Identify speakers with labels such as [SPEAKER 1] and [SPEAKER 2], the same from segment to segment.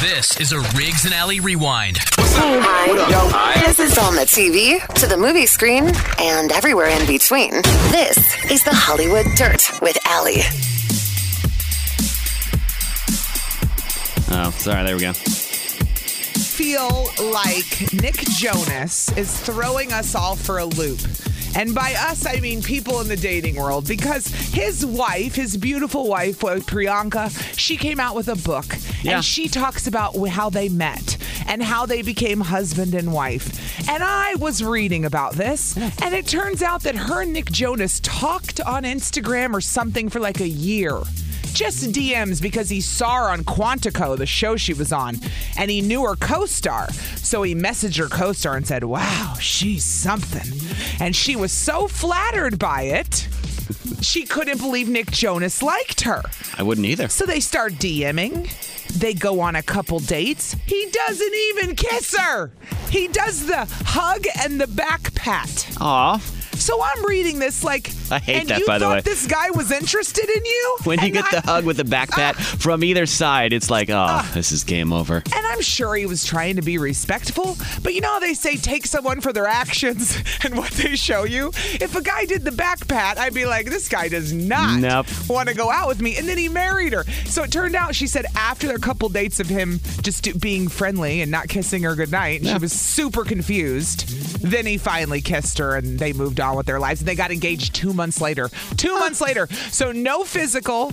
[SPEAKER 1] This is a Riggs and Alley rewind.
[SPEAKER 2] Hi. This is on the TV, to the movie screen, and everywhere in between. This is the Hollywood Dirt with Allie.
[SPEAKER 3] Oh, sorry. There we go.
[SPEAKER 4] feel like Nick Jonas is throwing us all for a loop. And by us, I mean people in the dating world, because his wife, his beautiful wife, uh, Priyanka, she came out with a book
[SPEAKER 3] Yeah.
[SPEAKER 4] and she talks about wh- how they met and how they became husband and wife. And I was reading about this, and it turns out that her and Nick Jonas talked on Instagram or something for like a year just DMs because he saw her on Quantico, the show she was on, and he knew her co star. So he messaged her co star and said, Wow, she's something. And she was so flattered by it, she couldn't believe Nick Jonas liked her.
[SPEAKER 3] I wouldn't either.
[SPEAKER 4] So they start DMing. They go on a couple dates. He doesn't even kiss her. He does the hug and the back pat.
[SPEAKER 3] Aw.
[SPEAKER 4] So I'm reading this like
[SPEAKER 3] I hate
[SPEAKER 4] and
[SPEAKER 3] that,
[SPEAKER 4] you
[SPEAKER 3] by the
[SPEAKER 4] thought
[SPEAKER 3] way.
[SPEAKER 4] This guy was interested in you.
[SPEAKER 3] When you
[SPEAKER 4] And
[SPEAKER 3] get the
[SPEAKER 4] I- Ah.
[SPEAKER 3] hug with the back pat from either side, it's like, oh, this is game over.
[SPEAKER 4] And I'm sure he was trying to be respectful, but you know how they say take someone for their actions and what they show you? If a guy did the back pat, I'd be like, this guy does not
[SPEAKER 3] Nope.
[SPEAKER 4] want to go out with me. And then he married her. So it turned out, she said, after their couple dates of him just do- being friendly and not kissing her goodnight, she was super confused. Then he finally kissed her and they moved on with their lives. And they got engaged two months later. Two months later. So no physical,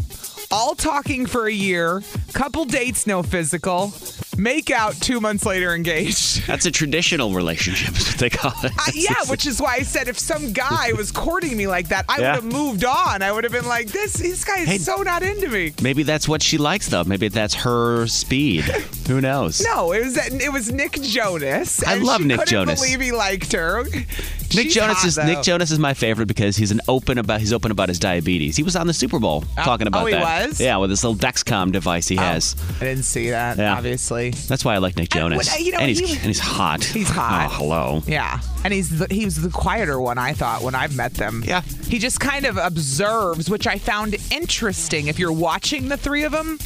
[SPEAKER 4] all talking for a year, couple dates, no physical, make out two months later engaged.
[SPEAKER 3] That's a traditional relationship, is what they call it.
[SPEAKER 4] I, Uh, yeah, which is why I said if some guy was courting me like that, I
[SPEAKER 3] Yeah.
[SPEAKER 4] would have moved on. I would have been like, this this guy is
[SPEAKER 3] Hey.
[SPEAKER 4] so not into me.
[SPEAKER 3] Maybe that's what she likes, though. Maybe that's her speed. Who knows?
[SPEAKER 4] No, it was it was Nick Jonas.
[SPEAKER 3] I
[SPEAKER 4] and
[SPEAKER 3] love
[SPEAKER 4] she
[SPEAKER 3] Nick
[SPEAKER 4] couldn't
[SPEAKER 3] Jonas.
[SPEAKER 4] Believe he liked her. Nick
[SPEAKER 3] Nick Jonas is Nick Jonas is my favorite because he's an open about he's open about his diabetes. He was on the Super Bowl talking about
[SPEAKER 4] oh, he
[SPEAKER 3] that.
[SPEAKER 4] was? Oh.
[SPEAKER 3] Yeah, with this little Dexcom device he has.
[SPEAKER 4] I didn't see that.
[SPEAKER 3] Yeah.
[SPEAKER 4] Obviously,
[SPEAKER 3] That's why I like Nick
[SPEAKER 4] And
[SPEAKER 3] Jonas.
[SPEAKER 4] what- uh, you know,
[SPEAKER 3] and he's
[SPEAKER 4] he-
[SPEAKER 3] and he's hot.
[SPEAKER 4] He's hot.
[SPEAKER 3] Oh, hello.
[SPEAKER 4] yeah. And he's the, he was the quieter one. I thought when I've met them.
[SPEAKER 3] Yeah.
[SPEAKER 4] He just kind of observes, which I found interesting. If you're watching the three of them.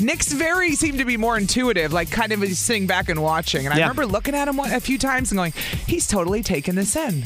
[SPEAKER 4] Nick's very seemed to be more intuitive, like kind of he's sitting back and watching. And I
[SPEAKER 3] Yeah.
[SPEAKER 4] remember looking at him one, a few times and going, "He's totally taking this in."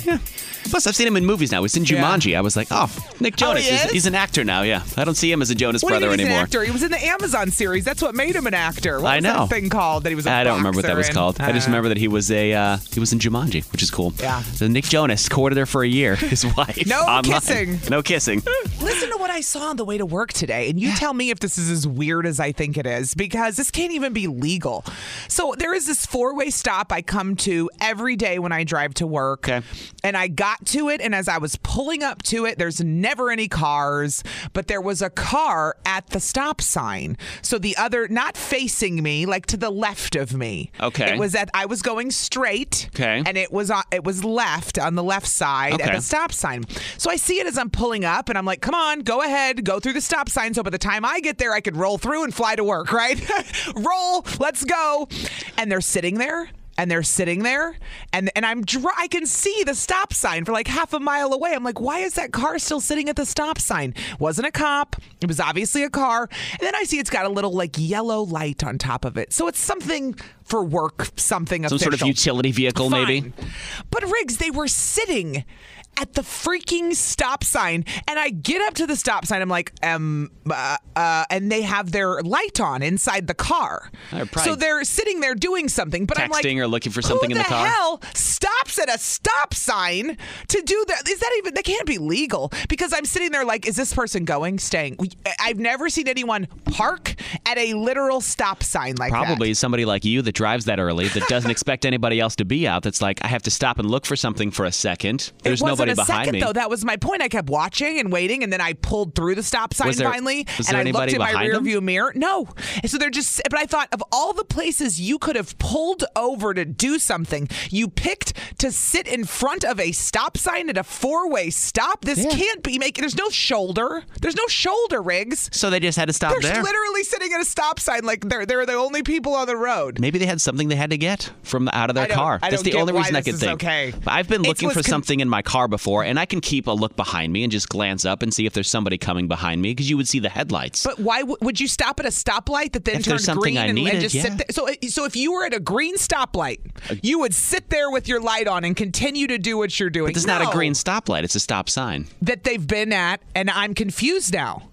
[SPEAKER 3] Plus, I've seen him in movies now. He's in
[SPEAKER 4] Yeah.
[SPEAKER 3] Jumanji. I was like, oh, Nick
[SPEAKER 4] Oh,
[SPEAKER 3] Jonas.
[SPEAKER 4] he
[SPEAKER 3] he's,
[SPEAKER 4] is?
[SPEAKER 3] he's an actor now. Yeah, I don't see him as a Jonas
[SPEAKER 4] What do you
[SPEAKER 3] brother
[SPEAKER 4] mean he's
[SPEAKER 3] anymore.
[SPEAKER 4] An actor? He was in the Amazon series. That's what made him an actor. What
[SPEAKER 3] I
[SPEAKER 4] was
[SPEAKER 3] know.
[SPEAKER 4] that thing called that he was. I
[SPEAKER 3] I don't remember what that was called. I just remember that he was a uh, he was in Jumanji, which is cool.
[SPEAKER 4] Yeah.
[SPEAKER 3] So Nick Jonas courted her for a year. His wife.
[SPEAKER 4] No
[SPEAKER 3] online.
[SPEAKER 4] kissing.
[SPEAKER 3] No kissing.
[SPEAKER 4] Listen to what I saw on the way to work today, and you tell me if this is as weird as I think it is, because this can't even be legal. So there is this four-way stop I come to every day when I drive to work,
[SPEAKER 3] Okay.
[SPEAKER 4] and I got to it, and as I was pulling up to it, there's never any cars, but there was a car at the stop sign. So the other, not facing me, like to the left of me.
[SPEAKER 3] Okay.
[SPEAKER 4] It was that I was going straight.
[SPEAKER 3] Okay.
[SPEAKER 4] And it was on, it was left on the left side at
[SPEAKER 3] Okay.
[SPEAKER 4] the stop sign. So I see it as I'm pulling up and I'm like, come on, go ahead, go through the stop sign. So by the time I get there, I could roll through and fly to work, right? roll, let's go. And they're sitting there. And they're sitting there, and and I'm dr- I can see the stop sign for like half a mile away. I'm like, why is that car still sitting at the stop sign? Wasn't a cop. It was obviously a car. And then I see it's got a little like yellow light on top of it, so it's something for work something
[SPEAKER 3] Some sort of
[SPEAKER 4] official.
[SPEAKER 3] utility vehicle, maybe?
[SPEAKER 4] Fine. But Riggs, they were sitting at the freaking stop sign, and I get up to the stop sign. I'm like, um, uh, uh, and they have their light on inside the car,
[SPEAKER 3] They're probably
[SPEAKER 4] so they're sitting there doing something. But I'm like,
[SPEAKER 3] Texting or looking for something
[SPEAKER 4] who
[SPEAKER 3] in the car?"
[SPEAKER 4] Hell, stops at a stop sign to do that. Is that even? That can't be legal because I'm sitting there like, is this person going, staying? We- I've never seen anyone park at a literal stop sign like that.
[SPEAKER 3] Probably somebody like you that drives that early that doesn't expect anybody else to be out. That's like, I have to stop and look for something for a second. There's
[SPEAKER 4] it wasn't
[SPEAKER 3] nobody
[SPEAKER 4] a
[SPEAKER 3] behind
[SPEAKER 4] second
[SPEAKER 3] me.
[SPEAKER 4] though. That was my point. I kept watching and waiting, and then I pulled through the stop sign
[SPEAKER 3] Was there-
[SPEAKER 4] finally,
[SPEAKER 3] was
[SPEAKER 4] and
[SPEAKER 3] there
[SPEAKER 4] I looked
[SPEAKER 3] anybody
[SPEAKER 4] in my
[SPEAKER 3] behind
[SPEAKER 4] rearview
[SPEAKER 3] him?
[SPEAKER 4] mirror. No, And so they're just. But I thought of all the places you could have pulled over to do something, you picked to sit in front of a stop sign at a four-way stop. This can't be making. There's no shoulder. There's no shoulder, Riggs.
[SPEAKER 3] so they just had to stop
[SPEAKER 4] They're
[SPEAKER 3] there.
[SPEAKER 4] literally sitting at a stop sign, like they're they're the only people on the road.
[SPEAKER 3] Maybe they had something they had to get from out of their
[SPEAKER 4] I don't-
[SPEAKER 3] car.
[SPEAKER 4] I
[SPEAKER 3] That's
[SPEAKER 4] don't
[SPEAKER 3] the
[SPEAKER 4] get
[SPEAKER 3] only
[SPEAKER 4] why
[SPEAKER 3] reason I
[SPEAKER 4] this
[SPEAKER 3] could
[SPEAKER 4] is
[SPEAKER 3] think.
[SPEAKER 4] okay.
[SPEAKER 3] I've been
[SPEAKER 4] It
[SPEAKER 3] looking
[SPEAKER 4] was
[SPEAKER 3] for
[SPEAKER 4] con-
[SPEAKER 3] something in my car before, and I can keep a look behind me and just glance up and see if there's somebody coming behind me because you would see the headlights.
[SPEAKER 4] But why w- would you stop at a stoplight that then
[SPEAKER 3] If
[SPEAKER 4] turned
[SPEAKER 3] there's something
[SPEAKER 4] green
[SPEAKER 3] I
[SPEAKER 4] and, and
[SPEAKER 3] needed,
[SPEAKER 4] just
[SPEAKER 3] yeah.
[SPEAKER 4] sit there? So, uh, so if you were at a green stoplight, you would sit there with your light on and continue to do what you're doing.
[SPEAKER 3] But it's not a
[SPEAKER 4] No,
[SPEAKER 3] green stoplight. It's a stop sign.
[SPEAKER 4] that they've been at, and I'm confused now.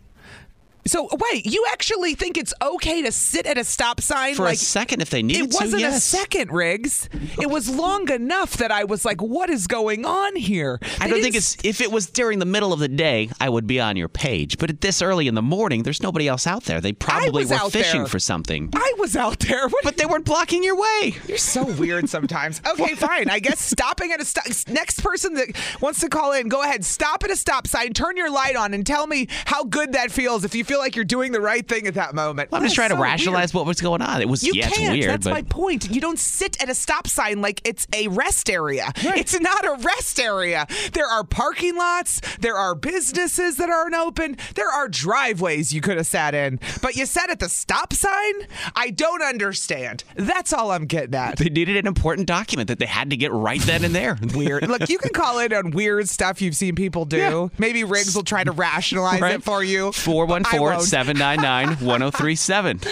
[SPEAKER 4] So wait, you actually think it's okay to sit at a stop sign
[SPEAKER 3] For
[SPEAKER 4] like
[SPEAKER 3] a second, if they needed
[SPEAKER 4] It wasn't
[SPEAKER 3] to, yes.
[SPEAKER 4] a second, Riggs. It was long enough that I was like, "What is going on here?"
[SPEAKER 3] I
[SPEAKER 4] They
[SPEAKER 3] don't
[SPEAKER 4] didn't
[SPEAKER 3] think it's. If it was during the middle of the day, I would be on your page. But at this early in the morning, there's nobody else out there. They probably
[SPEAKER 4] was
[SPEAKER 3] were
[SPEAKER 4] out
[SPEAKER 3] fishing
[SPEAKER 4] there.
[SPEAKER 3] for something.
[SPEAKER 4] I was out there. What
[SPEAKER 3] But they weren't blocking your way.
[SPEAKER 4] You're so weird sometimes. Okay, fine. I guess stopping at a stop. Next person that wants to call in, go ahead. Stop at a stop sign. Turn your light on and tell me how good that feels. If you feel like you're doing the right thing at that moment.
[SPEAKER 3] I'm just trying
[SPEAKER 4] That is
[SPEAKER 3] to
[SPEAKER 4] so
[SPEAKER 3] rationalize
[SPEAKER 4] weird.
[SPEAKER 3] what was going on. It was
[SPEAKER 4] You
[SPEAKER 3] yeah, it's
[SPEAKER 4] can't.
[SPEAKER 3] weird.
[SPEAKER 4] That's
[SPEAKER 3] but
[SPEAKER 4] my point. You don't sit at a stop sign like it's a rest area. It's not a rest area. There are parking lots. There are businesses that aren't open. There are driveways you could have sat in, but you sat at the stop sign. I don't understand. That's all I'm getting at.
[SPEAKER 3] they needed an important document that they had to get right then and there.
[SPEAKER 4] weird. Look, you can call in on weird stuff you've seen people do.
[SPEAKER 3] Yeah.
[SPEAKER 4] Maybe Riggs will try to rationalize it for you. I won't.
[SPEAKER 3] 414-799-1037.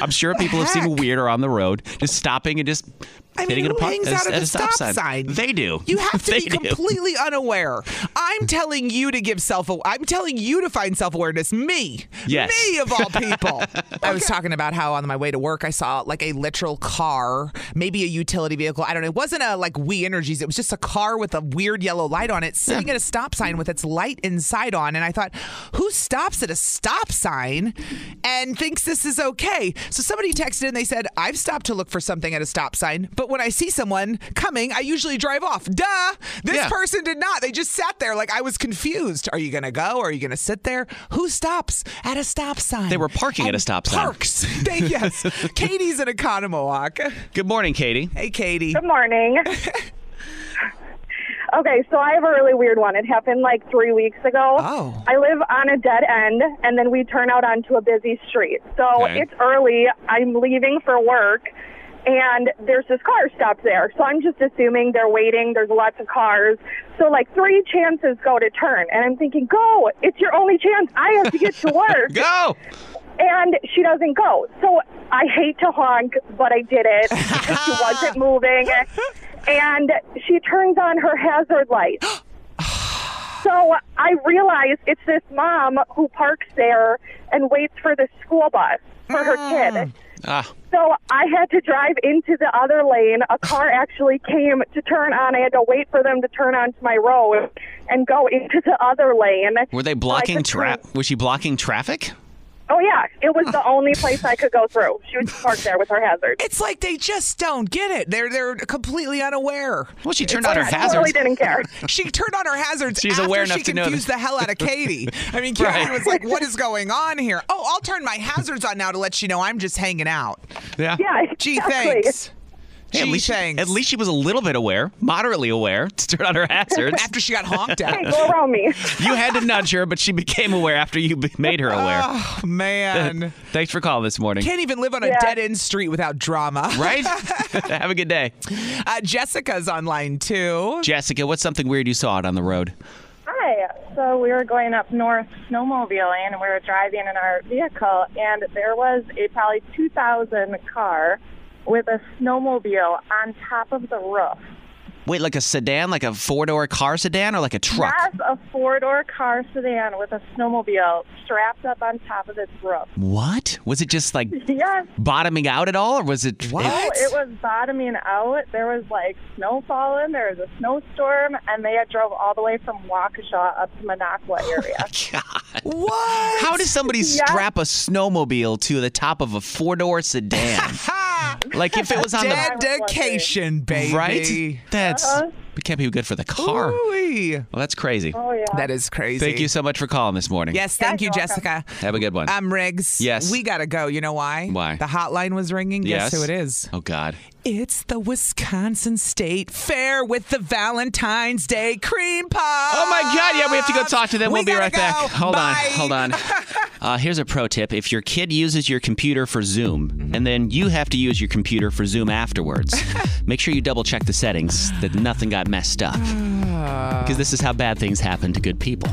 [SPEAKER 3] I'm sure people have seen
[SPEAKER 4] heck?
[SPEAKER 3] weirder on the road, just stopping and just
[SPEAKER 4] I mean,
[SPEAKER 3] hitting
[SPEAKER 4] who
[SPEAKER 3] an apart-
[SPEAKER 4] hangs
[SPEAKER 3] at a-
[SPEAKER 4] out at,
[SPEAKER 3] at
[SPEAKER 4] the
[SPEAKER 3] a
[SPEAKER 4] stop, sign?
[SPEAKER 3] They do.
[SPEAKER 4] You have to
[SPEAKER 3] They
[SPEAKER 4] be
[SPEAKER 3] do.
[SPEAKER 4] completely unaware. I'm telling you to give self. I'm telling you to find self awareness. Me,
[SPEAKER 3] Yes.
[SPEAKER 4] me of all people. I was talking about how on my way to work I saw like a literal car, maybe a utility vehicle. I don't know. It wasn't a like We Energies. It was just a car with a weird yellow light on it, sitting at a stop sign with its light inside on. And I thought, who stops at a stop sign and thinks this is okay? So somebody texted and they said, I've stopped to look for something at a stop sign, but when I see someone coming, I usually drive off. Duh. This
[SPEAKER 3] Yeah.
[SPEAKER 4] person did not. They just sat there like I was confused. Are you going to go? Are you going to sit there? Who stops at a stop sign?
[SPEAKER 3] They were parking at
[SPEAKER 4] And
[SPEAKER 3] a stop sign.
[SPEAKER 4] parks. sign. They, yes. Katie's in Economowalk.
[SPEAKER 3] Good morning, Katie.
[SPEAKER 4] Hey, Katie.
[SPEAKER 5] Good morning. okay, so I have a really weird one. It happened like three weeks ago.
[SPEAKER 4] Oh.
[SPEAKER 5] I live on a dead end, and then we turn out onto a busy street. So
[SPEAKER 3] Okay.
[SPEAKER 5] Oh, it's early. I'm leaving for work, and there's this car stopped there. So I'm just assuming they're waiting. There's lots of cars. So like three chances go to turn, and I'm thinking, go! It's your only chance. I have to get to work.
[SPEAKER 3] Go.
[SPEAKER 5] and she doesn't go. So I hate to honk, but I did it. because she wasn't moving, and she turns on her hazard light.
[SPEAKER 3] Oh,
[SPEAKER 5] So I realize it's this mom who parks there and waits for the school bus for her kid.
[SPEAKER 3] Ah,
[SPEAKER 5] So I had to drive into the other lane. A car actually came to turn on. I had to wait for them to turn onto my road and go into the other lane. So
[SPEAKER 3] were
[SPEAKER 5] I
[SPEAKER 3] they blocking
[SPEAKER 5] could turn-
[SPEAKER 3] trap? Was she blocking traffic?
[SPEAKER 5] Oh yeah, it was the only place I could go through. She was parked there with her hazard.
[SPEAKER 4] It's like they just don't get it. They're they're completely unaware.
[SPEAKER 3] Well, she turned on her
[SPEAKER 5] I totally
[SPEAKER 3] hazards.
[SPEAKER 5] didn't care.
[SPEAKER 4] She turned on her hazards
[SPEAKER 3] She's
[SPEAKER 4] after
[SPEAKER 3] aware
[SPEAKER 4] she
[SPEAKER 3] enough to know
[SPEAKER 4] confused
[SPEAKER 3] that-
[SPEAKER 4] the hell out of Katie. I mean, Katie
[SPEAKER 3] Right.
[SPEAKER 4] was like, "What is going on here? Oh, I'll turn my hazards on now to let you know I'm just hanging out."
[SPEAKER 3] Yeah.
[SPEAKER 5] Yeah,
[SPEAKER 4] Gee,
[SPEAKER 5] exactly.
[SPEAKER 4] thanks.
[SPEAKER 3] Hey, at
[SPEAKER 4] Gee,
[SPEAKER 3] least she,
[SPEAKER 4] thanks.
[SPEAKER 3] at least she was a little bit aware, moderately aware, to turn on her hazards.
[SPEAKER 4] after she got honked
[SPEAKER 5] Hey,
[SPEAKER 4] at.
[SPEAKER 5] go around me.
[SPEAKER 3] you had to nudge her, but she became aware after you b- made her aware.
[SPEAKER 4] Oh man,
[SPEAKER 3] Thanks for calling this morning.
[SPEAKER 4] can't even live on a
[SPEAKER 5] Yeah.
[SPEAKER 4] dead end street without drama.
[SPEAKER 3] right? Have a good day.
[SPEAKER 4] Uh, Jessica's online too.
[SPEAKER 3] Jessica, what's something weird you saw out on the road?
[SPEAKER 6] Hi. So we were going up north snowmobiling and we were driving in our vehicle and there was a probably 2000 car with a snowmobile on top of the roof.
[SPEAKER 3] Wait, like a sedan, like a four door car sedan, or like a truck?
[SPEAKER 6] Yes, a four door car sedan with a snowmobile strapped up on top of its roof.
[SPEAKER 3] What? Was it just like
[SPEAKER 6] Yes.
[SPEAKER 3] bottoming out at all, or was it?
[SPEAKER 4] What?
[SPEAKER 6] Oh, it was bottoming out. There was like snow falling. There was a snowstorm, and they had drove all the way from Waukesha up to Minocqua area.
[SPEAKER 3] God.
[SPEAKER 4] What?
[SPEAKER 3] How does somebody
[SPEAKER 6] Yeah.
[SPEAKER 3] strap a snowmobile to the top of a four door sedan?
[SPEAKER 4] Ha!
[SPEAKER 3] like if it was on the
[SPEAKER 4] Dedication, baby.
[SPEAKER 3] right, that's
[SPEAKER 5] Uh-huh.
[SPEAKER 3] it can't be good for the car.
[SPEAKER 4] Ooh-wee.
[SPEAKER 3] Well, that's crazy.
[SPEAKER 6] oh yeah.
[SPEAKER 4] That is crazy.
[SPEAKER 3] Thank you so much for calling this morning.
[SPEAKER 4] Yes, thank you, Jessica.
[SPEAKER 3] Have a good one.
[SPEAKER 4] I'm Riggs.
[SPEAKER 3] Yes.
[SPEAKER 4] We got to go. You know why?
[SPEAKER 3] Why?
[SPEAKER 4] The hotline was ringing.
[SPEAKER 3] yes.
[SPEAKER 4] Guess who it is?
[SPEAKER 3] Oh God.
[SPEAKER 4] It's the Wisconsin State Fair with the Valentine's Day cream pie.
[SPEAKER 3] Oh my God! Yeah, we have to go talk to them. will be right back. Hold
[SPEAKER 4] Bye.
[SPEAKER 3] on, hold on. Uh, here's a pro tip: if your kid uses your computer for Zoom, and then you have to use your computer for Zoom afterwards, make sure you double check the settings that nothing got messed up, because this is how bad things happen to good people.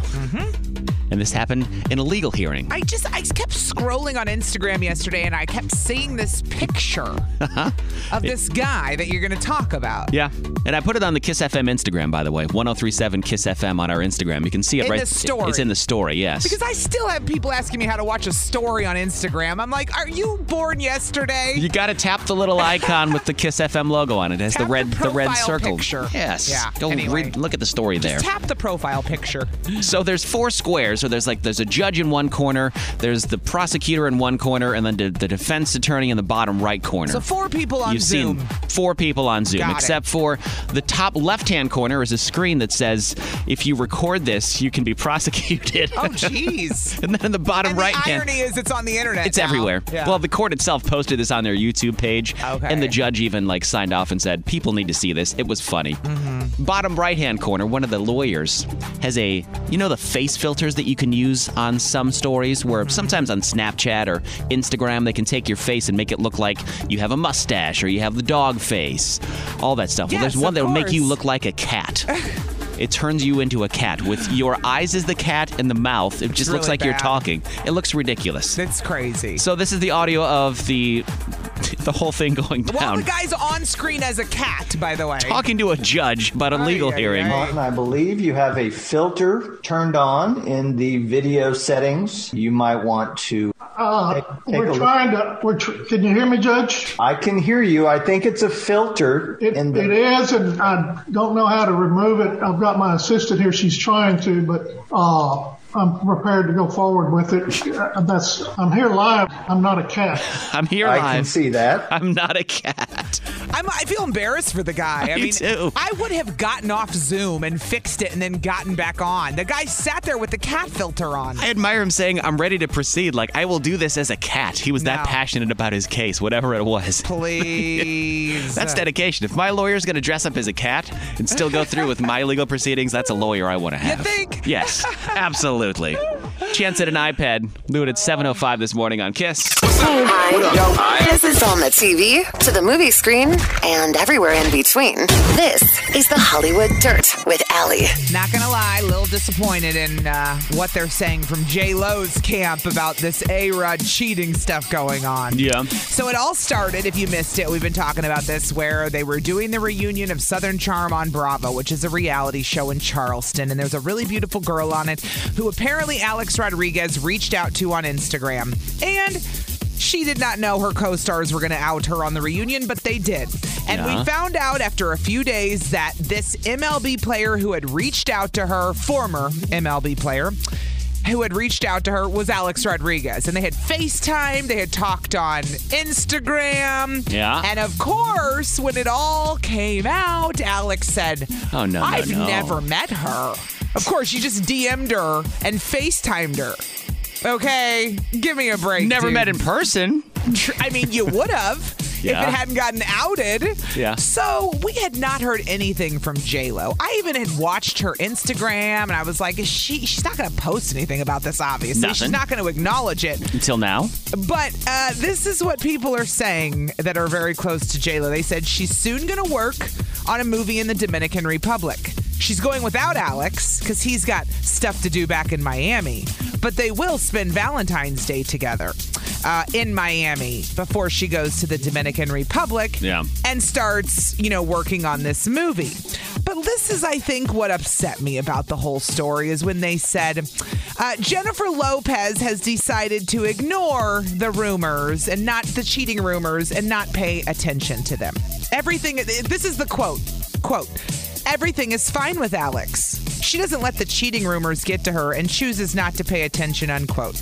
[SPEAKER 3] And this happened in a legal hearing.
[SPEAKER 4] I just I kept scrolling on Instagram yesterday and I kept seeing this picture of this guy that you're going to talk about.
[SPEAKER 3] yeah, and I put it on the Kiss FM Instagram, by the way, 1037 Kiss FM on our Instagram. You can see it
[SPEAKER 4] In
[SPEAKER 3] right.
[SPEAKER 4] the story.
[SPEAKER 3] It's in the story. Yes.
[SPEAKER 4] Because I still have people asking me how to watch a story on Instagram. I'm like, are you born yesterday?
[SPEAKER 3] You got to tap the little icon with the Kiss FM logo on it. It has
[SPEAKER 4] Tap
[SPEAKER 3] the red
[SPEAKER 4] the
[SPEAKER 3] the, red
[SPEAKER 4] profile
[SPEAKER 3] circle.
[SPEAKER 4] picture.
[SPEAKER 3] Yes.
[SPEAKER 4] Yeah,
[SPEAKER 3] Go
[SPEAKER 4] anyway.
[SPEAKER 3] read, look at the story there.
[SPEAKER 4] Tap the profile picture.
[SPEAKER 3] so there's four squares. So there's like there's a judge in one corner, there's the prosecutor in one corner, and then the, the defense attorney in the bottom right corner.
[SPEAKER 4] So four people on
[SPEAKER 3] You've
[SPEAKER 4] Zoom.
[SPEAKER 3] seen four people on Zoom,
[SPEAKER 4] Got it.
[SPEAKER 3] except for the top left-hand corner is a screen that says, "If you record this, you can be prosecuted."
[SPEAKER 4] Oh, jeez.
[SPEAKER 3] and then in the bottom
[SPEAKER 4] and
[SPEAKER 3] right
[SPEAKER 4] the
[SPEAKER 3] hand,
[SPEAKER 4] irony is it's on the internet.
[SPEAKER 3] it's
[SPEAKER 4] now.
[SPEAKER 3] everywhere.
[SPEAKER 4] Yeah.
[SPEAKER 3] Well, the court itself posted this on their YouTube page,
[SPEAKER 4] Okay.
[SPEAKER 3] and the judge even like signed off and said, "People need to see this. It was funny."
[SPEAKER 4] Mm-hmm.
[SPEAKER 3] Bottom right-hand corner, one of the lawyers has a, you know, the face filters that you can use on some stories, where
[SPEAKER 4] Mm-hmm.
[SPEAKER 3] sometimes on Snapchat or Instagram they can take your face and make it look like you have a mustache or you have the dog face, all that stuff. well,
[SPEAKER 4] Yes,
[SPEAKER 3] there's one
[SPEAKER 4] of
[SPEAKER 3] that will make you
[SPEAKER 4] course.
[SPEAKER 3] look like a cat. It turns you into a cat with your eyes as the cat and the mouth. It just looks
[SPEAKER 4] really
[SPEAKER 3] like you're
[SPEAKER 4] bad.
[SPEAKER 3] talking. It looks ridiculous.
[SPEAKER 4] That's crazy.
[SPEAKER 3] So this is the audio of the the whole thing going
[SPEAKER 4] well,
[SPEAKER 3] down.
[SPEAKER 4] the guy's on screen as a cat, by the way.
[SPEAKER 3] Talking to a judge about a legal
[SPEAKER 4] Ay, ay,
[SPEAKER 3] hearing.
[SPEAKER 4] ay.
[SPEAKER 7] Martin, I believe you have a filter turned on in the video settings. You might want to.
[SPEAKER 8] Uh,
[SPEAKER 7] Take- take a
[SPEAKER 8] we're
[SPEAKER 7] look.
[SPEAKER 8] trying to. We're tr- can you hear me, Judge?
[SPEAKER 7] I can hear you. I think it's a filter
[SPEAKER 8] It,
[SPEAKER 7] in
[SPEAKER 8] it
[SPEAKER 7] the.
[SPEAKER 8] is, and I don't know how to remove it. I've got my assistant here; she's trying to, but uh, I'm prepared to go forward with it. Uh, That's. I'm here live. I'm not a cat.
[SPEAKER 3] I'm here
[SPEAKER 7] I can
[SPEAKER 3] live.
[SPEAKER 7] see that.
[SPEAKER 3] I'm not a cat.
[SPEAKER 4] I'm, I feel embarrassed for the guy. I
[SPEAKER 3] Me
[SPEAKER 4] mean,
[SPEAKER 3] too.
[SPEAKER 4] I would have gotten off Zoom and fixed it and then gotten back on. The guy sat there with the cat filter on.
[SPEAKER 3] I admire him saying, I'm ready to proceed. Like, I will do this as a cat. He was that
[SPEAKER 4] No.
[SPEAKER 3] passionate about his case, whatever it was.
[SPEAKER 4] Please.
[SPEAKER 3] That's dedication. If my lawyer's going to dress up as a cat and still go through with my legal proceedings, that's a lawyer I want to have.
[SPEAKER 4] think?
[SPEAKER 3] Yes, absolutely. Chance at an iPad. Do it at 7.05 this morning on KISS.
[SPEAKER 2] Hi. This is on the TV, to the movie screen, and everywhere in between. This is the Hollywood Dirt with Allie.
[SPEAKER 4] Not gonna lie, a little disappointed in uh, what they're saying from J Lo's camp about this A Rod cheating stuff going on.
[SPEAKER 3] Yeah.
[SPEAKER 4] So it all started, if you missed it, we've been talking about this, where they were doing the reunion of Southern Charm on Bravo, which is a reality show in Charleston. And there's a really beautiful girl on it who apparently Alex Rodriguez reached out to on Instagram. And she did not know her co stars were going to out her on the reunion, but they did. And
[SPEAKER 3] Yeah.
[SPEAKER 4] we found out after a few days that this MLB player who had reached out to her, former MLB player, who had reached out to her was Alex Rodriguez. And they had FaceTime, they had talked on Instagram.
[SPEAKER 3] Yeah.
[SPEAKER 4] And of course, when it all came out, Alex said,
[SPEAKER 3] Oh, no, no,
[SPEAKER 4] I've
[SPEAKER 3] no."
[SPEAKER 4] never met her. Of course, you just DM'd her and FaceTimed her. Okay, give me a break.
[SPEAKER 3] Never
[SPEAKER 4] dude.
[SPEAKER 3] met in person.
[SPEAKER 4] Tr- I mean, you would have
[SPEAKER 3] Yeah.
[SPEAKER 4] if it hadn't gotten outed.
[SPEAKER 3] Yeah.
[SPEAKER 4] So we had not heard anything from J Lo. I even had watched her Instagram, and I was like, is she? She's not going to post anything about this. Obviously, she's
[SPEAKER 3] Nothing.
[SPEAKER 4] not going to acknowledge it.
[SPEAKER 3] Until now.
[SPEAKER 4] But uh, this is what people are saying that are very close to JLo. They said she's soon going to work on a movie in the Dominican Republic. She's going without Alex because he's got stuff to do back in Miami, but they will spend Valentine's Day together. uh, in Miami before she goes to the Dominican Republic
[SPEAKER 3] Yeah.
[SPEAKER 4] and starts, you know, working on this movie. But this is, I think, what upset me about the whole story is when they said uh, Jennifer Lopez has decided to ignore the rumors and not the cheating rumors and not pay attention to them. Everything, this is the quote quote, everything is fine with Alex. She doesn't let the cheating rumors get to her and chooses not to pay attention, unquote.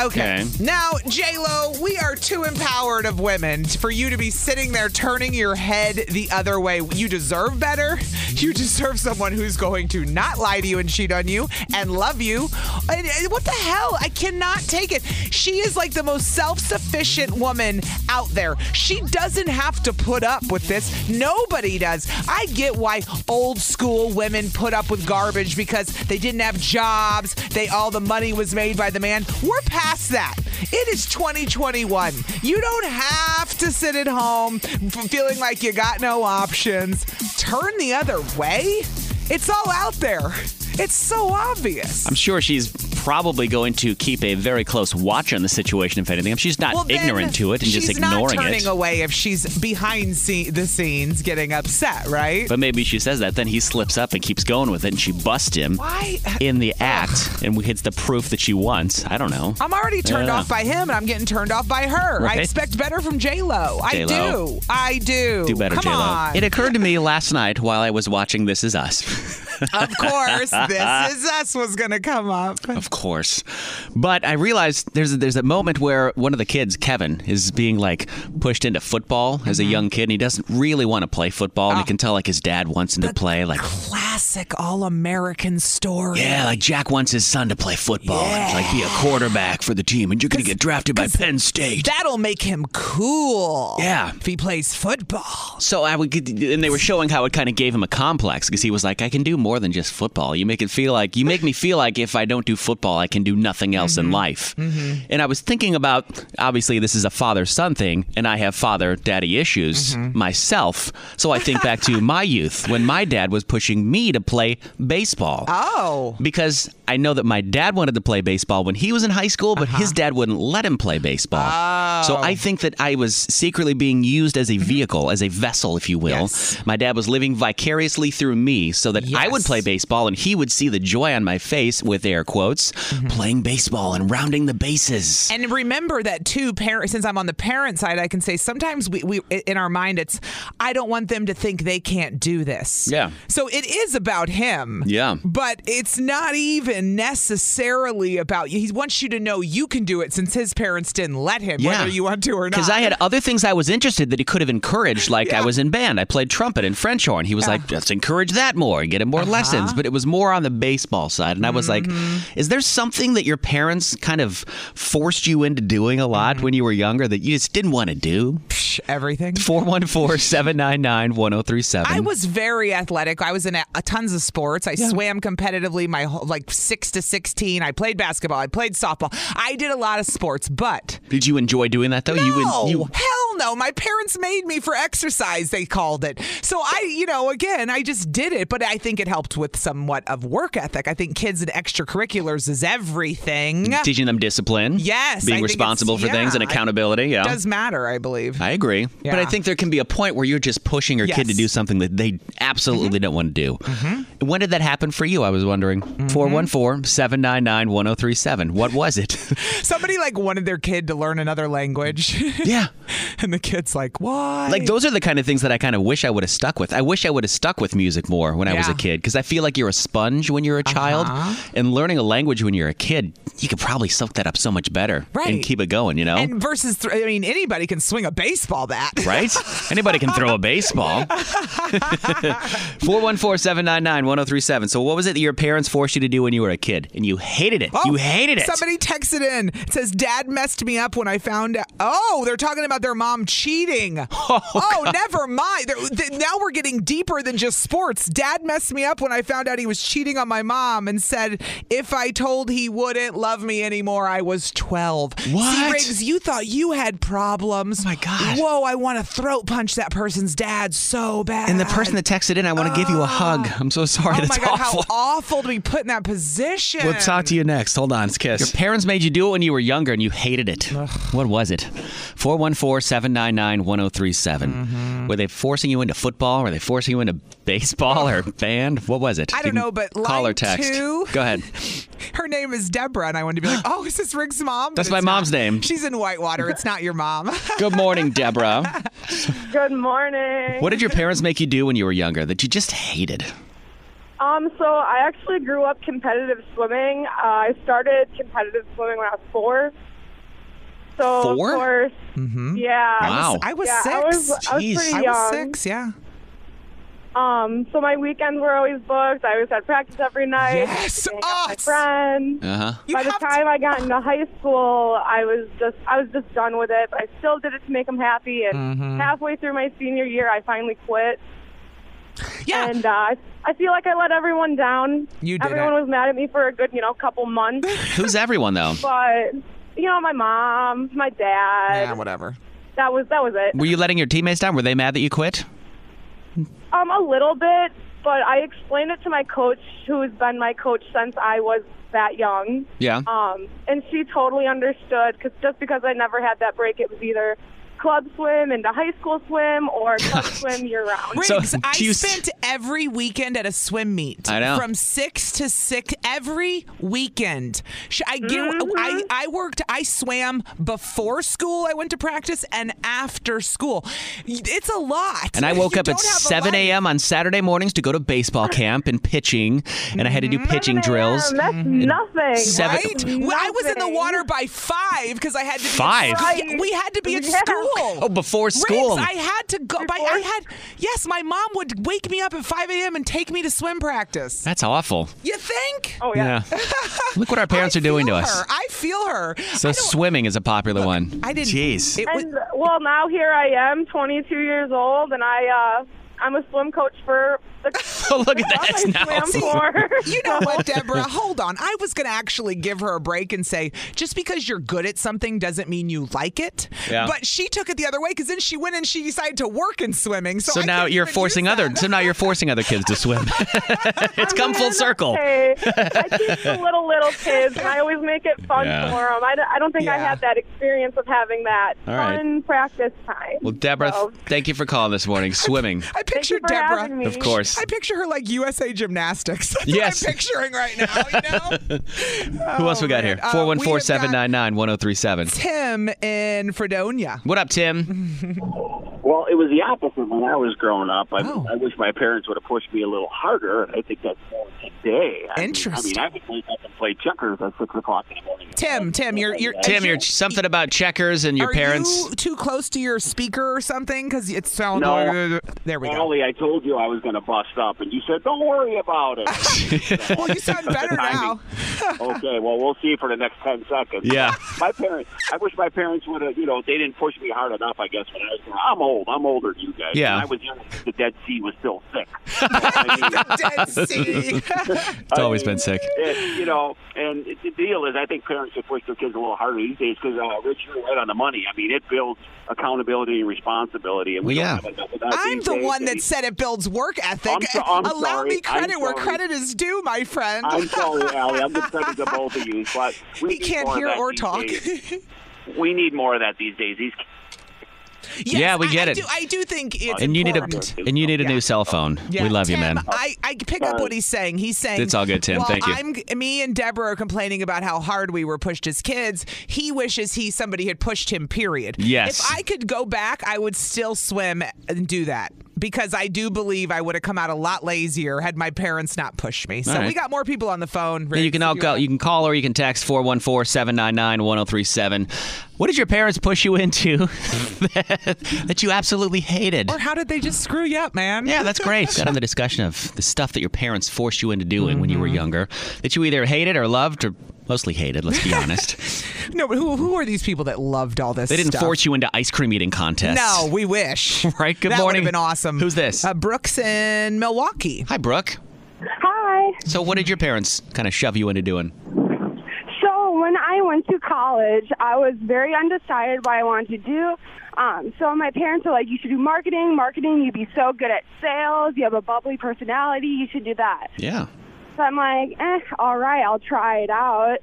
[SPEAKER 4] Okay.
[SPEAKER 3] Okay.
[SPEAKER 4] Now, J Lo, we are too empowered of women for you to be sitting there turning your head the other way. You deserve better. You deserve someone who's going to not lie to you and cheat on you and love you. And- and what the hell? I cannot take it. She is like the most self-sufficient woman out there. She doesn't have to put up with this. Nobody does. I get why old school women put up with garbage because they didn't have jobs. They all the money was made by the man. We're past that. It is 2021. You don't have to sit at home f- feeling like you got no options. Turn the other way. It's all out there. It's so obvious.
[SPEAKER 3] I'm sure she's probably going to keep a very close watch on the situation, if anything. She's not
[SPEAKER 4] Well, then
[SPEAKER 3] ignorant to it and just
[SPEAKER 4] she's
[SPEAKER 3] ignoring
[SPEAKER 4] not turning
[SPEAKER 3] it.
[SPEAKER 4] away if she's behind se- the scenes getting upset, right?
[SPEAKER 3] But maybe she says that, then he slips up and keeps going with it, and she busts him
[SPEAKER 4] Why?
[SPEAKER 3] in the act, and it's the proof that she wants. I don't know.
[SPEAKER 4] I'm already turned
[SPEAKER 3] Yeah.
[SPEAKER 4] off by him, and I'm getting turned off by her.
[SPEAKER 3] Right.
[SPEAKER 4] I expect better from J Lo. I
[SPEAKER 3] J.Lo.
[SPEAKER 4] do. I do.
[SPEAKER 3] Do better,
[SPEAKER 4] Come
[SPEAKER 3] J-Lo.
[SPEAKER 4] on.
[SPEAKER 3] It occurred to me last night while I was watching This Is Us.
[SPEAKER 4] of course, this is us was going to come up.
[SPEAKER 3] Of course. But I realized there's there's a moment where one of the kids, Kevin, is being like pushed into football as a young kid and he doesn't really want to play football and you can tell like his dad wants him to play like
[SPEAKER 4] Classic all American story.
[SPEAKER 3] yeah, like Jack wants his son to play football and like be a quarterback for the team and you're going to get drafted by Penn State.
[SPEAKER 4] That'll make him cool.
[SPEAKER 3] Yeah.
[SPEAKER 4] If he plays football.
[SPEAKER 3] So I would get, and they were showing how it kind of gave him a complex because he was like, I can do more than just football. You make it feel like you make me feel like if I don't do football, I can do nothing else in life.
[SPEAKER 2] Mm-hmm.
[SPEAKER 3] And I was thinking about obviously this is a father son thing, and I have father daddy issues myself. So I think back to my youth when my dad was pushing me to play baseball.
[SPEAKER 4] Oh.
[SPEAKER 3] Because I know that my dad wanted to play baseball when he was in high school, but his dad wouldn't let him play baseball. So I think that I was secretly being used as a vehicle, as a vessel, if you will. My dad was living vicariously through me so that I would play baseball and he would see the joy on my face, with air quotes, playing baseball and rounding the bases.
[SPEAKER 4] And remember that too, parent. Since I'm on the parent side, I can say sometimes we, we in our mind it's I don't want them to think they can't do this.
[SPEAKER 3] Yeah.
[SPEAKER 4] So it is about him.
[SPEAKER 3] Yeah.
[SPEAKER 4] But it's not even necessarily about you. He wants you to know you can do it since his parents didn't let him, whether you want to or not.
[SPEAKER 3] Because I had other things I was interested that he could have encouraged, like I was in band, I played trumpet and French horn. He was like,
[SPEAKER 4] Ah.
[SPEAKER 3] "Let's encourage that more, get him
[SPEAKER 4] Uh-huh.
[SPEAKER 3] more lessons." But it was more on the baseball side, and I was
[SPEAKER 4] Mm-hmm.
[SPEAKER 3] like, "Is there something that your parents kind of forced you into doing a lot when you were younger that you just didn't want to do?"
[SPEAKER 4] Mm-hmm. everything.
[SPEAKER 3] Four one four seven nine nine one zero three
[SPEAKER 4] I
[SPEAKER 3] seven.
[SPEAKER 4] was very athletic. I was in a, a tons of sports. I swam competitively my whole, like 6 to 16. I played basketball. I played softball. I did a lot of sports, but
[SPEAKER 3] Did you enjoy doing that though? You
[SPEAKER 4] No,
[SPEAKER 3] en- you
[SPEAKER 4] hell no. My parents made me for exercise, they called it. So I, you know, again, I just did it, but I think it helped with somewhat of work ethic. I think kids and extracurriculars is everything.
[SPEAKER 3] teaching them discipline.
[SPEAKER 4] Yes, I
[SPEAKER 3] being
[SPEAKER 4] think
[SPEAKER 3] responsible for
[SPEAKER 4] it's-
[SPEAKER 3] things and
[SPEAKER 4] yeah, I-
[SPEAKER 3] accountability. Yeah,
[SPEAKER 4] It does matter, I believe.
[SPEAKER 3] I agree. But I
[SPEAKER 4] Yeah.
[SPEAKER 3] think there can be a point where you're just pushing your kid to
[SPEAKER 4] Yes. Mm-hmm.
[SPEAKER 3] do something that they absolutely don't want to do. When did that happen for you? I was wondering.
[SPEAKER 4] Mm-hmm.
[SPEAKER 3] 414 799 1037. What was it?
[SPEAKER 4] Somebody like wanted their kid to learn another language.
[SPEAKER 3] yeah.
[SPEAKER 4] and the kid's like, why?
[SPEAKER 3] like, those are the kind of things that I kind of wish I would have stuck with. I wish I would have stuck with music more when I was a
[SPEAKER 4] Yeah. Uh-huh.
[SPEAKER 3] kid because I feel like you're a sponge when you're a child. And learning a language when you're a kid, you could probably soak that up so much better and
[SPEAKER 4] Right.
[SPEAKER 3] keep it going, you know?
[SPEAKER 4] And versus, th- I mean, anybody can swing a baseball bat.
[SPEAKER 3] right? Anybody can throw a baseball. 414 799 1037. So, what was it that your parents forced you to do when you were a kid? And you hated it.
[SPEAKER 4] Oh,
[SPEAKER 3] you hated it.
[SPEAKER 4] Somebody texted in. It says, Dad messed me up when I found out. Oh, they're talking about their mom cheating. Oh, never mind. They're- they- now we're getting deeper than just sports. Dad messed me up when I found out he was cheating on my mom and said, if I told he wouldn't love me anymore, I was 12. See,
[SPEAKER 3] What?
[SPEAKER 4] Riggs, you thought you had problems. Oh, my
[SPEAKER 3] God.
[SPEAKER 4] Whoa, I want to throat punch that person's dad so bad.
[SPEAKER 3] and the person that texted in, I want to give you a hug. I'm so sorry.
[SPEAKER 4] Oh
[SPEAKER 3] That's
[SPEAKER 4] my God,
[SPEAKER 3] awful.
[SPEAKER 4] how awful to be put in that position.
[SPEAKER 3] We'll talk to you next. Hold on. It's Kiss. Your parents made you do it when you were younger and you hated it. What was it? 414 799 1037. Were they forcing you into football? Were they forcing you into baseball or band? What was it?
[SPEAKER 4] I
[SPEAKER 3] You
[SPEAKER 4] don't
[SPEAKER 3] can
[SPEAKER 4] know, but
[SPEAKER 3] Call or
[SPEAKER 4] line
[SPEAKER 3] text.
[SPEAKER 4] two-
[SPEAKER 3] Go ahead.
[SPEAKER 4] Her name is Deborah, and I wanted to be like, oh, is this Riggs' mom? But
[SPEAKER 3] That's my
[SPEAKER 4] it's not.
[SPEAKER 3] mom's name.
[SPEAKER 4] She's in Whitewater. It's not your mom.
[SPEAKER 3] Good morning, Deborah.
[SPEAKER 9] Good morning.
[SPEAKER 3] What did your parents make you do when you were younger that you just hated?
[SPEAKER 9] Um, so I actually grew up competitive swimming. Uh, I started competitive swimming when I was four. So
[SPEAKER 3] Four?
[SPEAKER 9] of course, yeah.
[SPEAKER 3] Wow.
[SPEAKER 4] Mm-hmm. I was
[SPEAKER 9] Yeah, I was,
[SPEAKER 4] six.
[SPEAKER 9] I was pretty
[SPEAKER 4] I
[SPEAKER 9] young.
[SPEAKER 4] was six, yeah.
[SPEAKER 9] Um, so my weekends were always booked. I always had practice every night.
[SPEAKER 4] Yes,
[SPEAKER 9] Hang out with my friends.
[SPEAKER 3] Uh huh.
[SPEAKER 9] By the time I got into high school, I was just I was just done with it. But I still did it to make them happy. And
[SPEAKER 3] Mm-hmm.
[SPEAKER 4] Mhm.
[SPEAKER 9] halfway through my senior year, I finally quit.
[SPEAKER 4] Yeah.
[SPEAKER 9] And uh, I- I feel like I let everyone down.
[SPEAKER 3] You did
[SPEAKER 9] Everyone
[SPEAKER 3] it.
[SPEAKER 9] was mad at me for a good, you know, couple months.
[SPEAKER 3] Who's everyone, though?
[SPEAKER 9] but you know, my mom, my dad.
[SPEAKER 3] Yeah, whatever.
[SPEAKER 9] That was that was it.
[SPEAKER 3] Were you letting your teammates down? Were they mad that you quit?
[SPEAKER 9] Um, a little bit, but I explained it to my coach, who's been my coach since I was that young.
[SPEAKER 3] Yeah.
[SPEAKER 9] Um, and she totally understood because just because I never had that break, it was either club swim into high school swim or club swim year round.
[SPEAKER 4] Riggs, I spent every weekend at a swim meet.
[SPEAKER 3] I know.
[SPEAKER 4] From six to six every weekend. Sh- I get.
[SPEAKER 9] Mm-hmm.
[SPEAKER 4] I, I worked. I swam before school. I went to practice and after school. It's a lot.
[SPEAKER 3] And I woke up at 7 a.m. on Saturday mornings to go to baseball camp and pitching, and I had to do pitching
[SPEAKER 4] Mm-hmm.
[SPEAKER 3] drills.
[SPEAKER 9] That's nothing.
[SPEAKER 3] Seven-
[SPEAKER 4] Right? Well, I was in the water by five because I had to be at-
[SPEAKER 3] Five?
[SPEAKER 4] Yeah, we had to be at school.
[SPEAKER 3] Oh, before school.
[SPEAKER 4] Riggs, I had to go. By, I had yes, my mom would wake me up at 5 a.m. and take me to swim practice.
[SPEAKER 3] That's awful.
[SPEAKER 4] You think? Oh
[SPEAKER 3] Look what our parents are doing to us.
[SPEAKER 4] her. I feel her.
[SPEAKER 3] So swimming is a popular one.
[SPEAKER 4] I didn't-
[SPEAKER 3] Jeez.
[SPEAKER 9] and, well, now here I am, 22 years old, and I uh, I'm a swim coach for the.
[SPEAKER 3] oh, look at
[SPEAKER 9] I swam for.
[SPEAKER 4] you know what, Deborah? Hold on. I was going to actually give her a break and say, just because you're good at something doesn't mean you like it.
[SPEAKER 3] Yeah.
[SPEAKER 4] But she took it the other way because then she went and she decided to work in swimming. So,
[SPEAKER 3] So
[SPEAKER 4] I
[SPEAKER 3] now
[SPEAKER 4] can't
[SPEAKER 3] you're
[SPEAKER 4] even
[SPEAKER 3] forcing
[SPEAKER 4] use
[SPEAKER 3] other. So now you're forcing other kids to swim. it's come full circle.
[SPEAKER 9] Hey, I teach the little little kids, and I always make it fun
[SPEAKER 3] Yeah.
[SPEAKER 9] for them. I, d- I don't think I
[SPEAKER 3] Yeah.
[SPEAKER 9] had that experience of having that
[SPEAKER 3] All right.
[SPEAKER 9] fun practice time.
[SPEAKER 3] Well, Deborah, th- thank you for calling this morning. Swimming.
[SPEAKER 4] I picture
[SPEAKER 9] for
[SPEAKER 4] Deborah.
[SPEAKER 9] having me.
[SPEAKER 3] Of course.
[SPEAKER 4] I picture her like USA Gymnastics. That's
[SPEAKER 3] Yes.
[SPEAKER 4] what I'm picturing right now.
[SPEAKER 3] Who else Oh, we got here?
[SPEAKER 4] man. Uh,
[SPEAKER 3] 414 799 1037.
[SPEAKER 4] Tim in Fredonia.
[SPEAKER 3] What up, Tim?
[SPEAKER 10] Well, it was the opposite when I was growing up. I, I wish my parents would have pushed me a little harder. I think that's more today. I mean-
[SPEAKER 4] Interesting.
[SPEAKER 10] I mean, I would wake up and play checkers at six o'clock in the morning.
[SPEAKER 4] Tim, Tim, you're you're
[SPEAKER 3] Tim, you're something about checkers and your
[SPEAKER 4] are
[SPEAKER 3] parents.
[SPEAKER 4] you too close to your speaker or something? Because it sounds.
[SPEAKER 10] No,
[SPEAKER 4] there we go.
[SPEAKER 10] Allie, I told you I was going to bust up, and you said, "Don't worry about it."
[SPEAKER 4] well, you sound
[SPEAKER 10] better now. okay, well, we'll see for the next ten seconds.
[SPEAKER 3] Yeah.
[SPEAKER 10] my parents. I wish my parents would have. You know, they didn't push me hard enough. I guess when I was, growing up. I'm old. I'm older than you guys.
[SPEAKER 3] Yeah.
[SPEAKER 10] When I was young, the Dead Sea was still thick.
[SPEAKER 3] it's always been sick.
[SPEAKER 10] it, you know, and it, the deal is, I think parents should push their kids a little harder these days because uh, Rich, you're right on the money. I mean, it builds accountability and responsibility. And we
[SPEAKER 4] Well, yeah.
[SPEAKER 10] don't have enough of that
[SPEAKER 4] I'm
[SPEAKER 10] these
[SPEAKER 4] the
[SPEAKER 10] days.
[SPEAKER 4] one that said it builds work ethic.
[SPEAKER 10] I'm so- I'm
[SPEAKER 4] Allow
[SPEAKER 10] sorry.
[SPEAKER 4] me credit
[SPEAKER 10] I'm
[SPEAKER 4] where
[SPEAKER 10] sorry.
[SPEAKER 4] credit is due, my friend.
[SPEAKER 10] I'm sorry, Allie. I'm just sending to both of you, but we
[SPEAKER 4] he
[SPEAKER 10] need
[SPEAKER 4] can't
[SPEAKER 10] more of
[SPEAKER 4] hear
[SPEAKER 10] that
[SPEAKER 4] or
[SPEAKER 10] these
[SPEAKER 4] talk.
[SPEAKER 10] days. We need more of that these days. These
[SPEAKER 4] Yes,
[SPEAKER 3] yeah, we
[SPEAKER 4] I-
[SPEAKER 3] get
[SPEAKER 4] I
[SPEAKER 3] it.
[SPEAKER 4] do- I do think it's
[SPEAKER 3] and you need a
[SPEAKER 4] important.
[SPEAKER 3] and you need a new cell phone.
[SPEAKER 4] Yeah.
[SPEAKER 3] We love you, man.
[SPEAKER 4] I, I pick up what he's saying. He's saying
[SPEAKER 3] It's all good, Tim.
[SPEAKER 4] while
[SPEAKER 3] Thank you.
[SPEAKER 4] I'm, me and Deborah are complaining about how hard we were pushed as kids. He wishes he somebody had pushed him. Period.
[SPEAKER 3] Yes.
[SPEAKER 4] If I could go back, I would still swim and do that because I do believe I would have come out a lot lazier had my parents not pushed me. So
[SPEAKER 3] All right.
[SPEAKER 4] we got more people on the phone.
[SPEAKER 3] And you can all go, you can call or you can text 414-799-1037. What did your parents push you into that you absolutely hated?
[SPEAKER 4] Or how did they just screw you up, man?
[SPEAKER 3] Yeah, that's great. Got on the discussion of the stuff that your parents forced you into doing when you
[SPEAKER 4] Mm-hmm.
[SPEAKER 3] were younger that you either hated or loved or mostly hated, let's be honest.
[SPEAKER 4] No, but who, who are these people that loved all this?
[SPEAKER 3] they didn't
[SPEAKER 4] stuff?
[SPEAKER 3] force you into ice cream eating contests.
[SPEAKER 4] No, we wish.
[SPEAKER 3] Right? Good
[SPEAKER 4] that would
[SPEAKER 3] morning.
[SPEAKER 4] have been awesome.
[SPEAKER 3] Who's this?
[SPEAKER 4] Uh, Brooks in Milwaukee.
[SPEAKER 3] Hi, Brooke.
[SPEAKER 6] Hi.
[SPEAKER 3] So what did your parents kind of shove you into doing?
[SPEAKER 6] So when I went to college, I was very undecided what I wanted to do. Um, so my parents are like, you should do marketing, marketing. You'd be so good at sales. You have a bubbly personality. You should do that.
[SPEAKER 3] Yeah.
[SPEAKER 6] So I'm like, eh, all right, I'll try it out.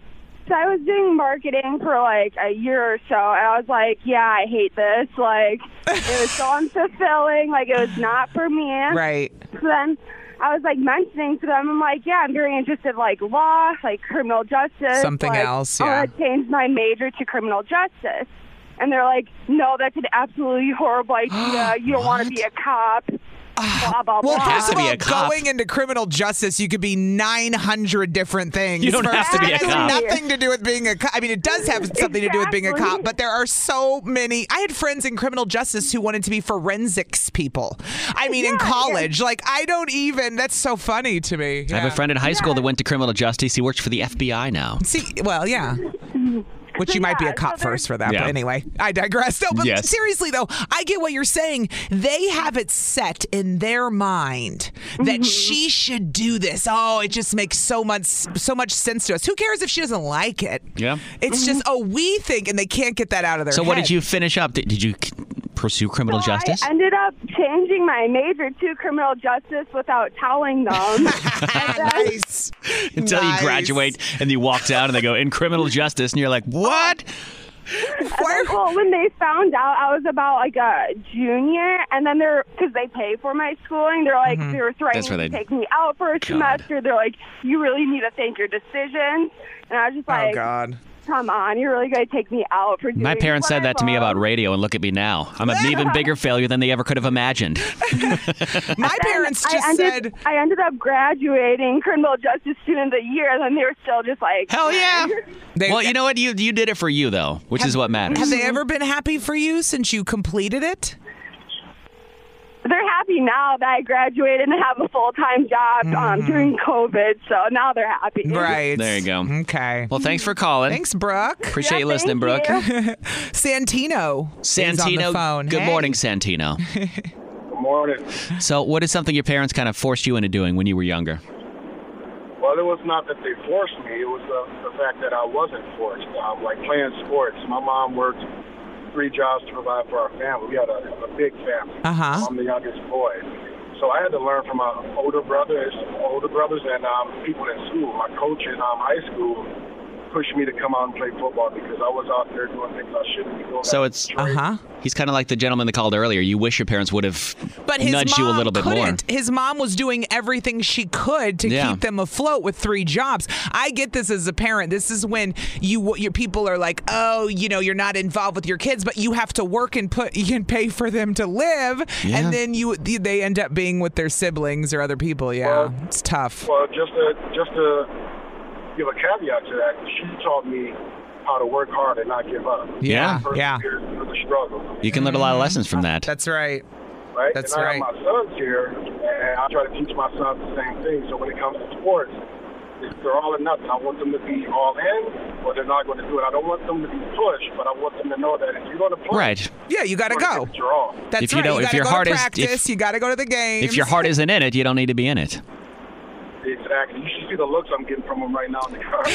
[SPEAKER 6] So I was doing marketing for like a year or so, and I was like, yeah, I hate this. Like, it was so unfulfilling. Like, it was not for me.
[SPEAKER 4] Right.
[SPEAKER 6] So then I was like mentioning to them, I'm like, yeah, I'm very interested like law, like criminal justice,
[SPEAKER 4] Something
[SPEAKER 6] like,
[SPEAKER 4] else,
[SPEAKER 6] I
[SPEAKER 4] yeah.
[SPEAKER 6] want to change my major to criminal justice. And they're like, no, that's an absolutely horrible idea. You don't want to be a cop. Blah blah
[SPEAKER 4] Ah, Well,
[SPEAKER 6] blah.
[SPEAKER 4] first of all, going into criminal justice, you could be 900 different things.
[SPEAKER 3] You don't
[SPEAKER 4] first.
[SPEAKER 3] have to be
[SPEAKER 4] It
[SPEAKER 3] a
[SPEAKER 4] has
[SPEAKER 3] cop.
[SPEAKER 4] nothing to do with being a cop. I mean, it does have something to do with being a cop, but there are so many. I had friends in criminal justice who wanted to be forensics people. I mean, in college, like, I don't even. That's so funny to me.
[SPEAKER 3] I have
[SPEAKER 4] Yeah.
[SPEAKER 3] a friend in high school that went to criminal justice. He works for the FBI now.
[SPEAKER 4] See, well, yeah. Which you might be a cop first for that,
[SPEAKER 3] Yeah.
[SPEAKER 4] but anyway, I digress. No, but
[SPEAKER 3] Yes.
[SPEAKER 4] seriously though, I get what you're saying. They have it set in their mind
[SPEAKER 3] Mm-hmm.
[SPEAKER 4] that she should do this. Oh, it just makes so much so much sense to us. Who cares if she doesn't like it?
[SPEAKER 3] Yeah.
[SPEAKER 4] It's just oh, we think, and they can't get that out of their.
[SPEAKER 3] So what did
[SPEAKER 4] head.
[SPEAKER 3] you finish up? Did, did you c- pursue criminal justice?
[SPEAKER 6] I ended up changing my major to criminal justice without telling them.
[SPEAKER 4] nice.
[SPEAKER 3] Until you graduate and you walk down and they go in criminal justice and you're like, what?
[SPEAKER 6] And then, well, when they found out I was about like a junior, and then they're because they pay for my schooling, they're like
[SPEAKER 3] Mhm.
[SPEAKER 6] they were threatening
[SPEAKER 3] That's where
[SPEAKER 6] to
[SPEAKER 3] they-
[SPEAKER 6] take me out for a
[SPEAKER 3] God.
[SPEAKER 6] semester. They're like, you really need to think your decisions. And I was just like, come on, you're really gonna take me out for doing
[SPEAKER 3] Oh, My parents
[SPEAKER 6] what
[SPEAKER 3] said that to me about radio, and look at me now. I'm an even bigger failure than they ever could have imagined.
[SPEAKER 4] My parents
[SPEAKER 6] just I ended, said I ended up graduating criminal justice student of the year, and then they were still just like, hell yeah.
[SPEAKER 3] well, you know what? You you did it for you though, which is what matters.
[SPEAKER 4] Have they ever been happy for you since you completed it?
[SPEAKER 6] They're happy now that I graduated and have a full time job
[SPEAKER 3] Mm-hmm.
[SPEAKER 6] um, during COVID, so now they're happy.
[SPEAKER 3] There you go.
[SPEAKER 4] Okay.
[SPEAKER 3] Well, thanks for calling.
[SPEAKER 4] Thanks, Brooke.
[SPEAKER 3] Appreciate you listening, Brooke.
[SPEAKER 4] Santino. Is on
[SPEAKER 3] Santino.
[SPEAKER 4] the phone.
[SPEAKER 3] Good
[SPEAKER 4] Hey.
[SPEAKER 3] morning, Santino.
[SPEAKER 11] Good morning.
[SPEAKER 3] so, what is something your parents kind of forced you into doing when you were younger?
[SPEAKER 11] Well, it was not that they forced me. It was the, the fact that I wasn't forced. Um, like playing sports, my mom worked three jobs to provide for our family. We had a, a big family.
[SPEAKER 4] Uh-huh.
[SPEAKER 11] I'm the youngest boy. So I had to learn from my older brothers, older brothers, and um, people in school. My coach in um, high school pushed me to come out and play football because I was out there doing things I shouldn't be doing.
[SPEAKER 3] So it's uh huh.
[SPEAKER 4] Uh-huh.
[SPEAKER 3] He's kind of like the gentleman that called earlier. You wish your parents would have
[SPEAKER 4] But his
[SPEAKER 3] nudged you a
[SPEAKER 4] mom
[SPEAKER 3] little bit more.
[SPEAKER 4] couldn't. His mom was doing everything she could to
[SPEAKER 3] Yeah.
[SPEAKER 4] keep them afloat with three jobs. I get this as a parent. This is when you your people are like, "Oh, you know, you're not involved with your kids, but you have to work and put you can pay for them to live."
[SPEAKER 11] Yeah.
[SPEAKER 4] And then you they end up being with their siblings or other people. Yeah. it's tough.
[SPEAKER 11] Well, just to just to give a caveat to that, she taught me how to work hard and not give up.
[SPEAKER 3] Yeah, yeah.
[SPEAKER 11] Persevere Through the struggle,
[SPEAKER 3] You can learn a lot of lessons from that.
[SPEAKER 4] That's right.
[SPEAKER 11] right?
[SPEAKER 3] That's
[SPEAKER 11] and I
[SPEAKER 3] right.
[SPEAKER 11] have my sons here, and I try to teach my sons the same thing. So when it comes to sports, it's- they're all or nothing. I want them to be all in, or they're not going to do it. I don't want them to be pushed, but I want them to know that if you're going to push,
[SPEAKER 3] Right.
[SPEAKER 4] Yeah, you got to
[SPEAKER 11] you're
[SPEAKER 4] go.
[SPEAKER 11] gonna Draw.
[SPEAKER 4] That's
[SPEAKER 3] If you
[SPEAKER 4] right.
[SPEAKER 3] don't- if
[SPEAKER 4] gotta
[SPEAKER 3] your
[SPEAKER 4] go
[SPEAKER 3] heart
[SPEAKER 4] to
[SPEAKER 3] is- if-
[SPEAKER 4] practice, you got to go to the game.
[SPEAKER 3] If your heart isn't in it, you don't need to be in it.
[SPEAKER 11] Exactly. You should see the looks I'm getting from them right now in the car.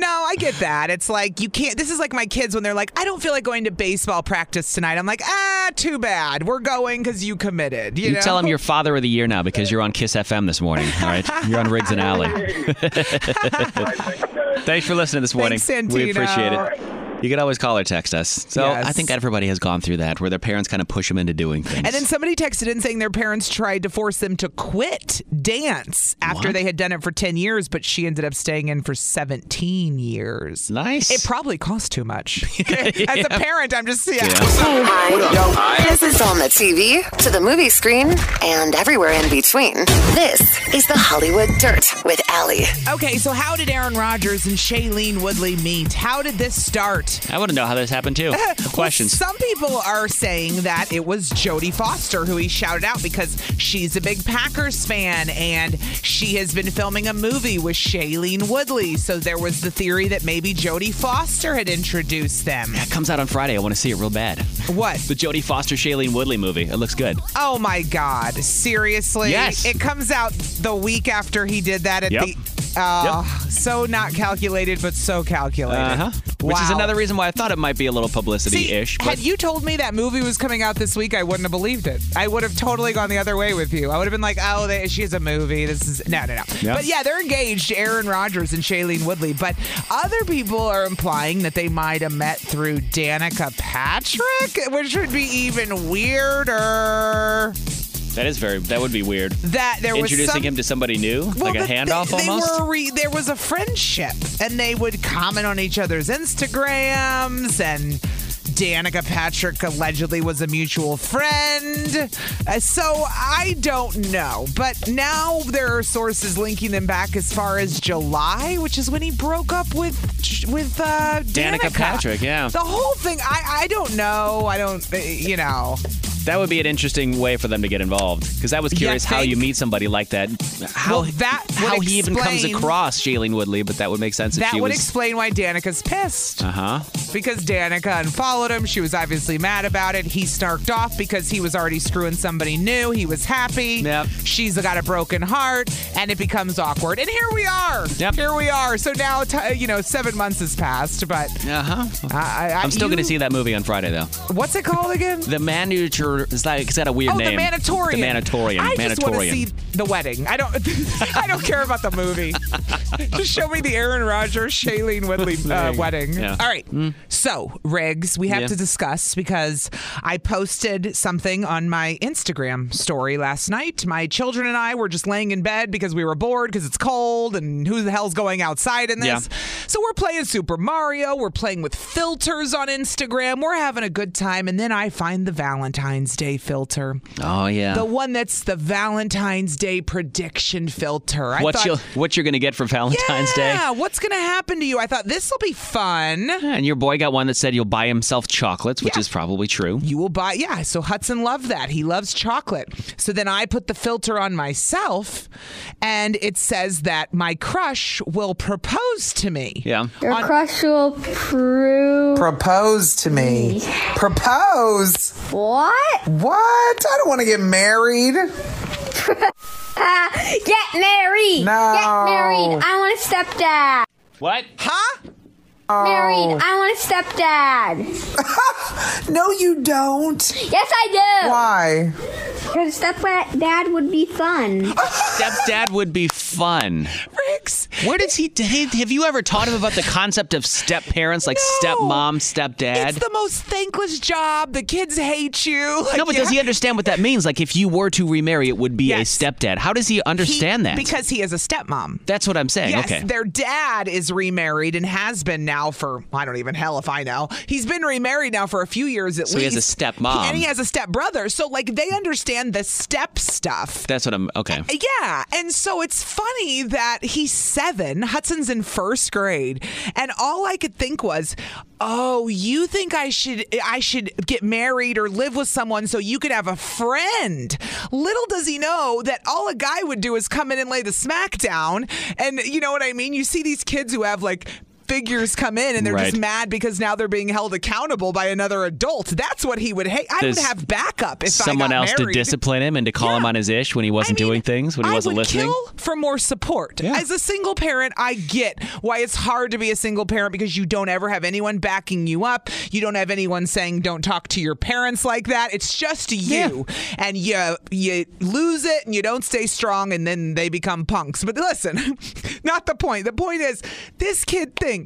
[SPEAKER 4] no, I get that. It's like you can't. This is like my kids when they're like, I don't feel like going to baseball practice tonight. I'm like, ah, too bad. We're going because you committed. You,
[SPEAKER 3] You
[SPEAKER 4] know?
[SPEAKER 3] tell him you're Father of the Year now because you're on Kiss FM this morning. All right, you're on Riggs and Alley. Thanks for listening this morning.
[SPEAKER 4] Thanks,
[SPEAKER 3] we
[SPEAKER 4] Santino.
[SPEAKER 3] appreciate it. You can always call or text us. So I
[SPEAKER 4] Yes.
[SPEAKER 3] think everybody has gone through that, where their parents kind of push them into doing things.
[SPEAKER 4] And then somebody texted in saying their parents tried to force them to quit dance after
[SPEAKER 3] What?
[SPEAKER 4] they had done it for 10 years, but she ended up staying in for 17 years.
[SPEAKER 3] Nice.
[SPEAKER 4] It probably cost too much. As a parent, I'm just, yeah.
[SPEAKER 2] Say hi. This is on the TV, to the movie screen, and everywhere in between. This is the Hollywood Dirt with Allie.
[SPEAKER 4] Okay, so how did Aaron Rodgers and Shailene Woodley meet? How did this start?
[SPEAKER 3] I want to know how this happened too. Questions.
[SPEAKER 4] Some people are saying that it was Jodie Foster who he shouted out because she's a big Packers fan and she has been filming a movie with Shailene Woodley. So there was the theory that maybe Jodie Foster had introduced them.
[SPEAKER 3] That comes out on Friday. I want to see it real bad.
[SPEAKER 4] What?
[SPEAKER 3] The Jodie Foster, Shailene Woodley movie. It looks good.
[SPEAKER 4] Oh my God. Seriously?
[SPEAKER 3] Yes.
[SPEAKER 4] It comes out the week after he did that at
[SPEAKER 3] Yep.
[SPEAKER 4] the Uh, So not calculated, but so calculated.
[SPEAKER 3] Uh-huh.
[SPEAKER 4] Wow.
[SPEAKER 3] Which is another reason why I thought it might be a little publicity-ish.
[SPEAKER 4] Had you told me that movie was coming out this week, I wouldn't have believed it. I would have totally gone the other way with you. I would have been like, oh, they, she has a movie. This is no, no, no.
[SPEAKER 3] Yeah.
[SPEAKER 4] But yeah, they're engaged, Aaron Rodgers and Shailene Woodley. But other people are implying that they might have met through Danica Patrick, which would be even weirder.
[SPEAKER 3] that is very. That would be weird.
[SPEAKER 4] That there was
[SPEAKER 3] introducing
[SPEAKER 4] some-
[SPEAKER 3] him to somebody new, like a
[SPEAKER 4] but they-
[SPEAKER 3] handoff
[SPEAKER 4] they
[SPEAKER 3] almost.
[SPEAKER 4] were re- there was a friendship, and they would comment on each other's Instagrams and. Danica Patrick allegedly was a mutual friend. Uh, so I don't know. But now there are sources linking them back as far as July, which is when he broke up with with uh, Danica.
[SPEAKER 3] Danica Patrick, yeah.
[SPEAKER 4] The whole thing, I, I don't know. I don't, uh, you know.
[SPEAKER 3] That would be an interesting way for them to get involved because I was
[SPEAKER 4] You
[SPEAKER 3] curious how you
[SPEAKER 4] think?
[SPEAKER 3] meet somebody like that, how
[SPEAKER 4] that
[SPEAKER 3] how
[SPEAKER 4] would
[SPEAKER 3] he even comes
[SPEAKER 4] explain-
[SPEAKER 3] across Shailene Woodley. But that would make sense if
[SPEAKER 4] That
[SPEAKER 3] she
[SPEAKER 4] would
[SPEAKER 3] was.
[SPEAKER 4] explain why Danica's pissed.
[SPEAKER 3] uh huh.
[SPEAKER 4] because Danica unfollowed him. She was obviously mad about it. He snarked off because he was already screwing somebody new. He was happy. Yep. She's got a broken heart, and it becomes awkward. And here we are. Yep. Here we are. So now, t- uh, you know, seven months has passed, but
[SPEAKER 3] uh-huh.
[SPEAKER 4] I, I,
[SPEAKER 3] I'm still going to see that movie on Friday though.
[SPEAKER 4] What's it called again?
[SPEAKER 3] The manager is like it's got a weird
[SPEAKER 4] oh,
[SPEAKER 3] name.
[SPEAKER 4] the Manatorian.
[SPEAKER 3] The Manatorian.
[SPEAKER 4] I just want to
[SPEAKER 3] Manatorian.
[SPEAKER 4] see the wedding. I don't. I don't care about the movie. just show me the Aaron Rodgers, Shailene Woodley
[SPEAKER 3] There
[SPEAKER 4] uh,
[SPEAKER 3] you go.
[SPEAKER 4] wedding.
[SPEAKER 3] Yeah. Hmm.
[SPEAKER 4] All right. So, Riggs, we have
[SPEAKER 3] Yeah.
[SPEAKER 4] to discuss because I posted something on my Instagram story last night. My children and I were just laying in bed because we were bored because it's cold and who the hell's going outside in this.
[SPEAKER 3] Yeah.
[SPEAKER 4] So we're playing Super Mario, we're playing with filters on Instagram, we're having a good time, and then I find the Valentine's Day filter.
[SPEAKER 3] Oh yeah.
[SPEAKER 4] The one that's the Valentine's Day prediction filter. I
[SPEAKER 3] what
[SPEAKER 4] thought,
[SPEAKER 3] you what you're going to get for Valentine's
[SPEAKER 4] yeah, what's going to happen to you? I thought this will be fun.
[SPEAKER 3] Day? And your boy got one that said you'll buy himself chocolates, which is probably true.
[SPEAKER 4] You will buy, yeah. So Hudson loved that. He loves chocolate. So then I put the filter on myself, and it says that my crush will propose to me.
[SPEAKER 3] Yeah.
[SPEAKER 12] Your crush will prove.
[SPEAKER 13] Propose to me. Propose?
[SPEAKER 12] What?
[SPEAKER 13] What? I don't want to get married.
[SPEAKER 12] Ah, get married.
[SPEAKER 13] No.
[SPEAKER 12] Get married. I want a stepdad.
[SPEAKER 3] What?
[SPEAKER 4] Huh?
[SPEAKER 12] Married. I want a stepdad.
[SPEAKER 13] no, you don't.
[SPEAKER 12] Yes, I do.
[SPEAKER 13] Why?
[SPEAKER 12] Because stepdad would be fun.
[SPEAKER 3] Stepdad would be fun.
[SPEAKER 4] Riggs.
[SPEAKER 3] Where does he? Have you ever taught him about the concept of step parents, like stepmom, stepdad?
[SPEAKER 4] It's the most thankless job. The kids hate you.
[SPEAKER 3] no, but does he understand what that means? Like, if you were to remarry, it would be a stepdad. How does he understand that?
[SPEAKER 4] Because he is a stepmom.
[SPEAKER 3] That's what I'm saying.
[SPEAKER 4] Yes,
[SPEAKER 3] okay.
[SPEAKER 4] their dad is remarried and has been now for I don't even hell if I know. He's been remarried now for a few years at
[SPEAKER 3] So he
[SPEAKER 4] least.
[SPEAKER 3] has a stepmom.
[SPEAKER 4] and he has a stepbrother. So like they understand the step stuff.
[SPEAKER 3] That's what I'm. Okay.
[SPEAKER 4] Yeah. And so it's funny that he's seven. Hudson's in first grade. And all I could think was, oh, you think I should I should get married or live with someone so you could have a friend. Little does he know that all a guy would do is come in and lay the smack down. And you know what I mean? You see these kids who have like figures come in and they're
[SPEAKER 3] Right.
[SPEAKER 4] just mad because now they're being held accountable by another adult. That's what he would hate. I
[SPEAKER 3] There's
[SPEAKER 4] would have backup if
[SPEAKER 3] Someone
[SPEAKER 4] I got
[SPEAKER 3] else
[SPEAKER 4] married.
[SPEAKER 3] to discipline him and to call him on his ish when he wasn't doing things, when he
[SPEAKER 4] I
[SPEAKER 3] wasn't
[SPEAKER 4] would
[SPEAKER 3] listening.
[SPEAKER 4] kill for more support. As a single parent, I get why it's hard to be a single parent because you don't ever have anyone backing you up. You don't have anyone saying don't talk to your parents like that. It's just you, and you you lose it and you don't stay strong, and then they become punks. But listen, not the point. The point is this kid thinks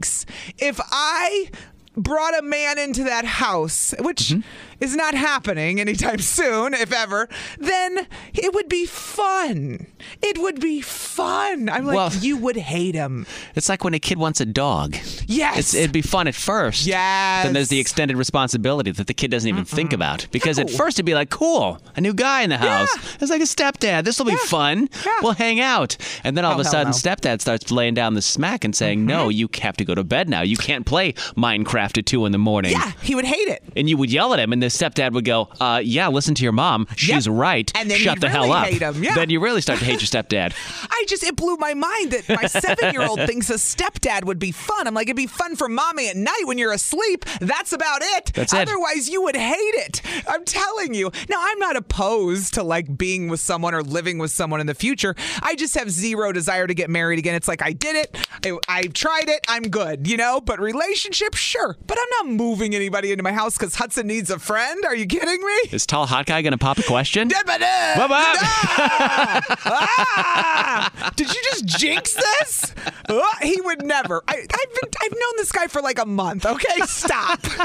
[SPEAKER 4] if I. Brought a man into that house, which
[SPEAKER 3] Mm-hmm.
[SPEAKER 4] is not happening anytime soon, if ever, then it would be fun. It would be fun. I'm like,
[SPEAKER 3] Well-
[SPEAKER 4] you would hate him.
[SPEAKER 3] It's like when a kid wants a dog.
[SPEAKER 4] Yes.
[SPEAKER 3] It's, it'd be fun at first.
[SPEAKER 4] Yes.
[SPEAKER 3] Then there's the extended responsibility that the kid doesn't even think about. Because at first it'd be like, cool, a new guy in the house. It's like a stepdad. This will be fun. We'll hang out. And then all of
[SPEAKER 4] Oh,
[SPEAKER 3] a
[SPEAKER 4] hell
[SPEAKER 3] sudden,
[SPEAKER 4] no. Mm-hmm.
[SPEAKER 3] stepdad starts laying down the smack and saying, no, you have to go to bed now. You can't play Minecraft at two in the morning.
[SPEAKER 4] He would hate it.
[SPEAKER 3] And you would yell at him, and the his stepdad would go, uh, "Yeah, listen to your mom. She's right.
[SPEAKER 4] And then
[SPEAKER 3] Shut
[SPEAKER 4] you'd
[SPEAKER 3] the hell
[SPEAKER 4] really
[SPEAKER 3] up."
[SPEAKER 4] hate him, yeah.
[SPEAKER 3] Then you really start to hate your stepdad.
[SPEAKER 4] I just it blew my mind that my seven year old thinks a stepdad would be fun. I'm like, it'd be fun for mommy at night when you're asleep. That's about it.
[SPEAKER 3] That's it.
[SPEAKER 4] Otherwise, you would hate it. I'm telling you. Now, I'm not opposed to like being with someone or living with someone in the future. I just have zero desire to get married again. It's like I did it. I, I tried it. I'm good. You know. But relationship, sure. But I'm not moving anybody into my house because Hudson needs a friend. Are you kidding me?
[SPEAKER 3] Is tall hot guy gonna pop a question?
[SPEAKER 4] Blah,
[SPEAKER 3] blah. Ah!
[SPEAKER 4] Ah! Did you just jinx this? Uh, he would never. I, I've been, I've known this guy for like a month. Okay, stop. And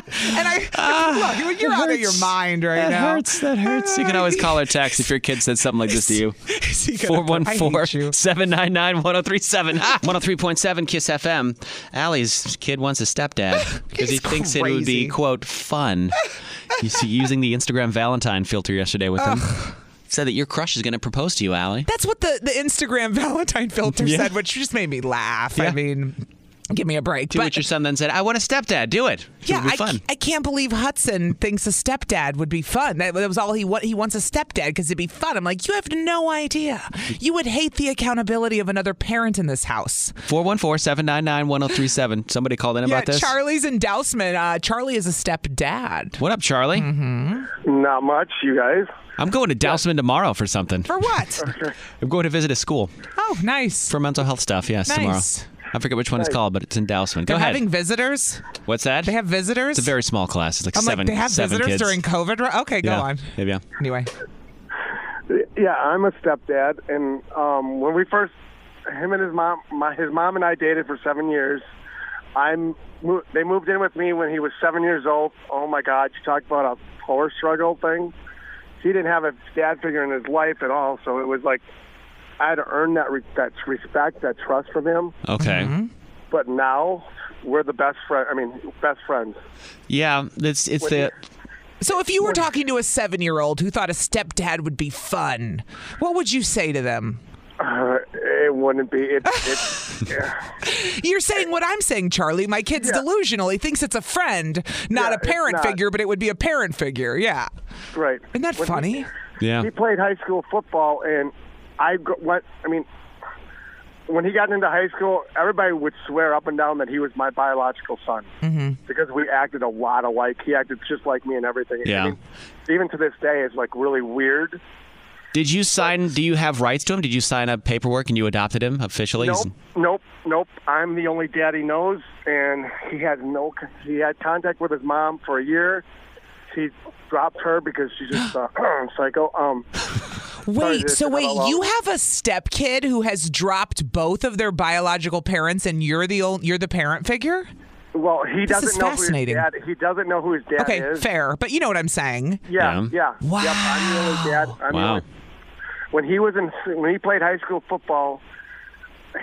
[SPEAKER 4] I, look, you're
[SPEAKER 3] Ah, It
[SPEAKER 4] out of
[SPEAKER 3] hurts.
[SPEAKER 4] your mind right
[SPEAKER 3] that
[SPEAKER 4] now. Ah,
[SPEAKER 3] hurts. That hurts. You can always call or text if your kid said something like this to you.
[SPEAKER 4] he gonna-
[SPEAKER 3] 414 799 1037. 103.7 Kiss FM. Allie's kid wants a stepdad because he
[SPEAKER 4] He's
[SPEAKER 3] thinks it would
[SPEAKER 4] crazy.
[SPEAKER 3] be, quote, fun. You see, using the Instagram Valentine filter yesterday with him. Said that your crush is going to propose to you, Allie.
[SPEAKER 4] That's what the, the Instagram Valentine filter
[SPEAKER 3] Yeah.
[SPEAKER 4] said, which just made me laugh. I
[SPEAKER 3] Yeah.
[SPEAKER 4] mean, give me a break.
[SPEAKER 3] Do what your son then said. I want a stepdad. Do it.
[SPEAKER 4] Yeah,
[SPEAKER 3] it would
[SPEAKER 4] I,
[SPEAKER 3] be fun.
[SPEAKER 4] ca- I can't believe Hudson thinks a stepdad would be fun. That, that was all he wa- he wants a stepdad because it'd be fun. I'm like, you have no idea. You would hate the accountability of another parent in this house.
[SPEAKER 3] 414 799 1037. Somebody called in
[SPEAKER 4] yeah,
[SPEAKER 3] about this.
[SPEAKER 4] Charlie's endowment. Uh, Charlie is a stepdad.
[SPEAKER 3] what up, Charlie? Mm-hmm.
[SPEAKER 14] Not much, you guys.
[SPEAKER 3] I'm going to Dousman tomorrow for something.
[SPEAKER 4] For what?
[SPEAKER 3] I'm going to visit a school.
[SPEAKER 4] Oh, nice.
[SPEAKER 3] For mental health stuff, yes,
[SPEAKER 4] Nice.
[SPEAKER 3] tomorrow. I forget which one it's
[SPEAKER 4] Nice.
[SPEAKER 3] called, but it's in Dowson. Go
[SPEAKER 4] They're
[SPEAKER 3] ahead.
[SPEAKER 4] having visitors.
[SPEAKER 3] What's that? They
[SPEAKER 4] have visitors.
[SPEAKER 3] It's a very small class. It's like
[SPEAKER 4] I'm
[SPEAKER 3] seven.
[SPEAKER 4] like, they have
[SPEAKER 3] seven
[SPEAKER 4] visitors
[SPEAKER 3] kids.
[SPEAKER 4] during COVID. right? Okay, go
[SPEAKER 3] yeah.
[SPEAKER 4] on.
[SPEAKER 3] Yeah, yeah.
[SPEAKER 4] Anyway,
[SPEAKER 14] Yeah, I'm a stepdad, and um, when we first, him and his mom, my, his mom and I dated for seven years. I'm mo- they moved in with me when he was seven years old. Oh my God, you talk about a power struggle thing. He didn't have a dad figure in his life at all, so it was like I had to earn that re- that respect, that trust from him.
[SPEAKER 3] Okay.
[SPEAKER 14] But now we're the best friend. I mean, best friends.
[SPEAKER 3] Yeah, Um, it's it's
[SPEAKER 14] What
[SPEAKER 3] the
[SPEAKER 4] so if you were talking to a seven-year-old who thought a stepdad would be fun, what would you say to them?
[SPEAKER 14] Uh, it wouldn't be. It, it, yeah.
[SPEAKER 4] You're saying what I'm saying, Charlie. My kid's delusional. He thinks it's a friend, not a parent
[SPEAKER 14] not.
[SPEAKER 4] figure, but it would be a parent figure. Yeah.
[SPEAKER 14] Right.
[SPEAKER 4] Isn't that
[SPEAKER 14] When
[SPEAKER 4] funny?
[SPEAKER 3] Yeah.
[SPEAKER 14] He played high school football, and I go- went. I mean, when he got into high school, everybody would swear up and down that he was my biological son
[SPEAKER 15] Mm-hmm.
[SPEAKER 14] because we acted a lot alike. He acted just like me and everything. I
[SPEAKER 3] Yeah.
[SPEAKER 14] mean, even to this day, it's like really weird.
[SPEAKER 3] Did you sign do you have rights to him? Did you sign up paperwork and you adopted him officially? He's-
[SPEAKER 14] Nope, nope, nope. I'm the only dad he knows, and he had no. He had contact with his mom for a year. He dropped her because she's just a psycho. Um, sorry
[SPEAKER 4] Wait,
[SPEAKER 14] to
[SPEAKER 4] so
[SPEAKER 14] cut
[SPEAKER 4] wait,
[SPEAKER 14] along.
[SPEAKER 4] you have a stepkid who has dropped both of their biological parents and you're the old, you're the parent figure?
[SPEAKER 14] Well, he
[SPEAKER 4] This
[SPEAKER 14] doesn't
[SPEAKER 4] is
[SPEAKER 14] know
[SPEAKER 4] fascinating.
[SPEAKER 14] who his dad. He doesn't know who his dad
[SPEAKER 4] okay,
[SPEAKER 14] is.
[SPEAKER 4] fair, but you know what I'm saying.
[SPEAKER 14] Yeah, yeah.
[SPEAKER 4] Wow.
[SPEAKER 14] Yep, I'm the only dad. I'm the
[SPEAKER 3] Wow.
[SPEAKER 14] only- when he was in, when he played high school football,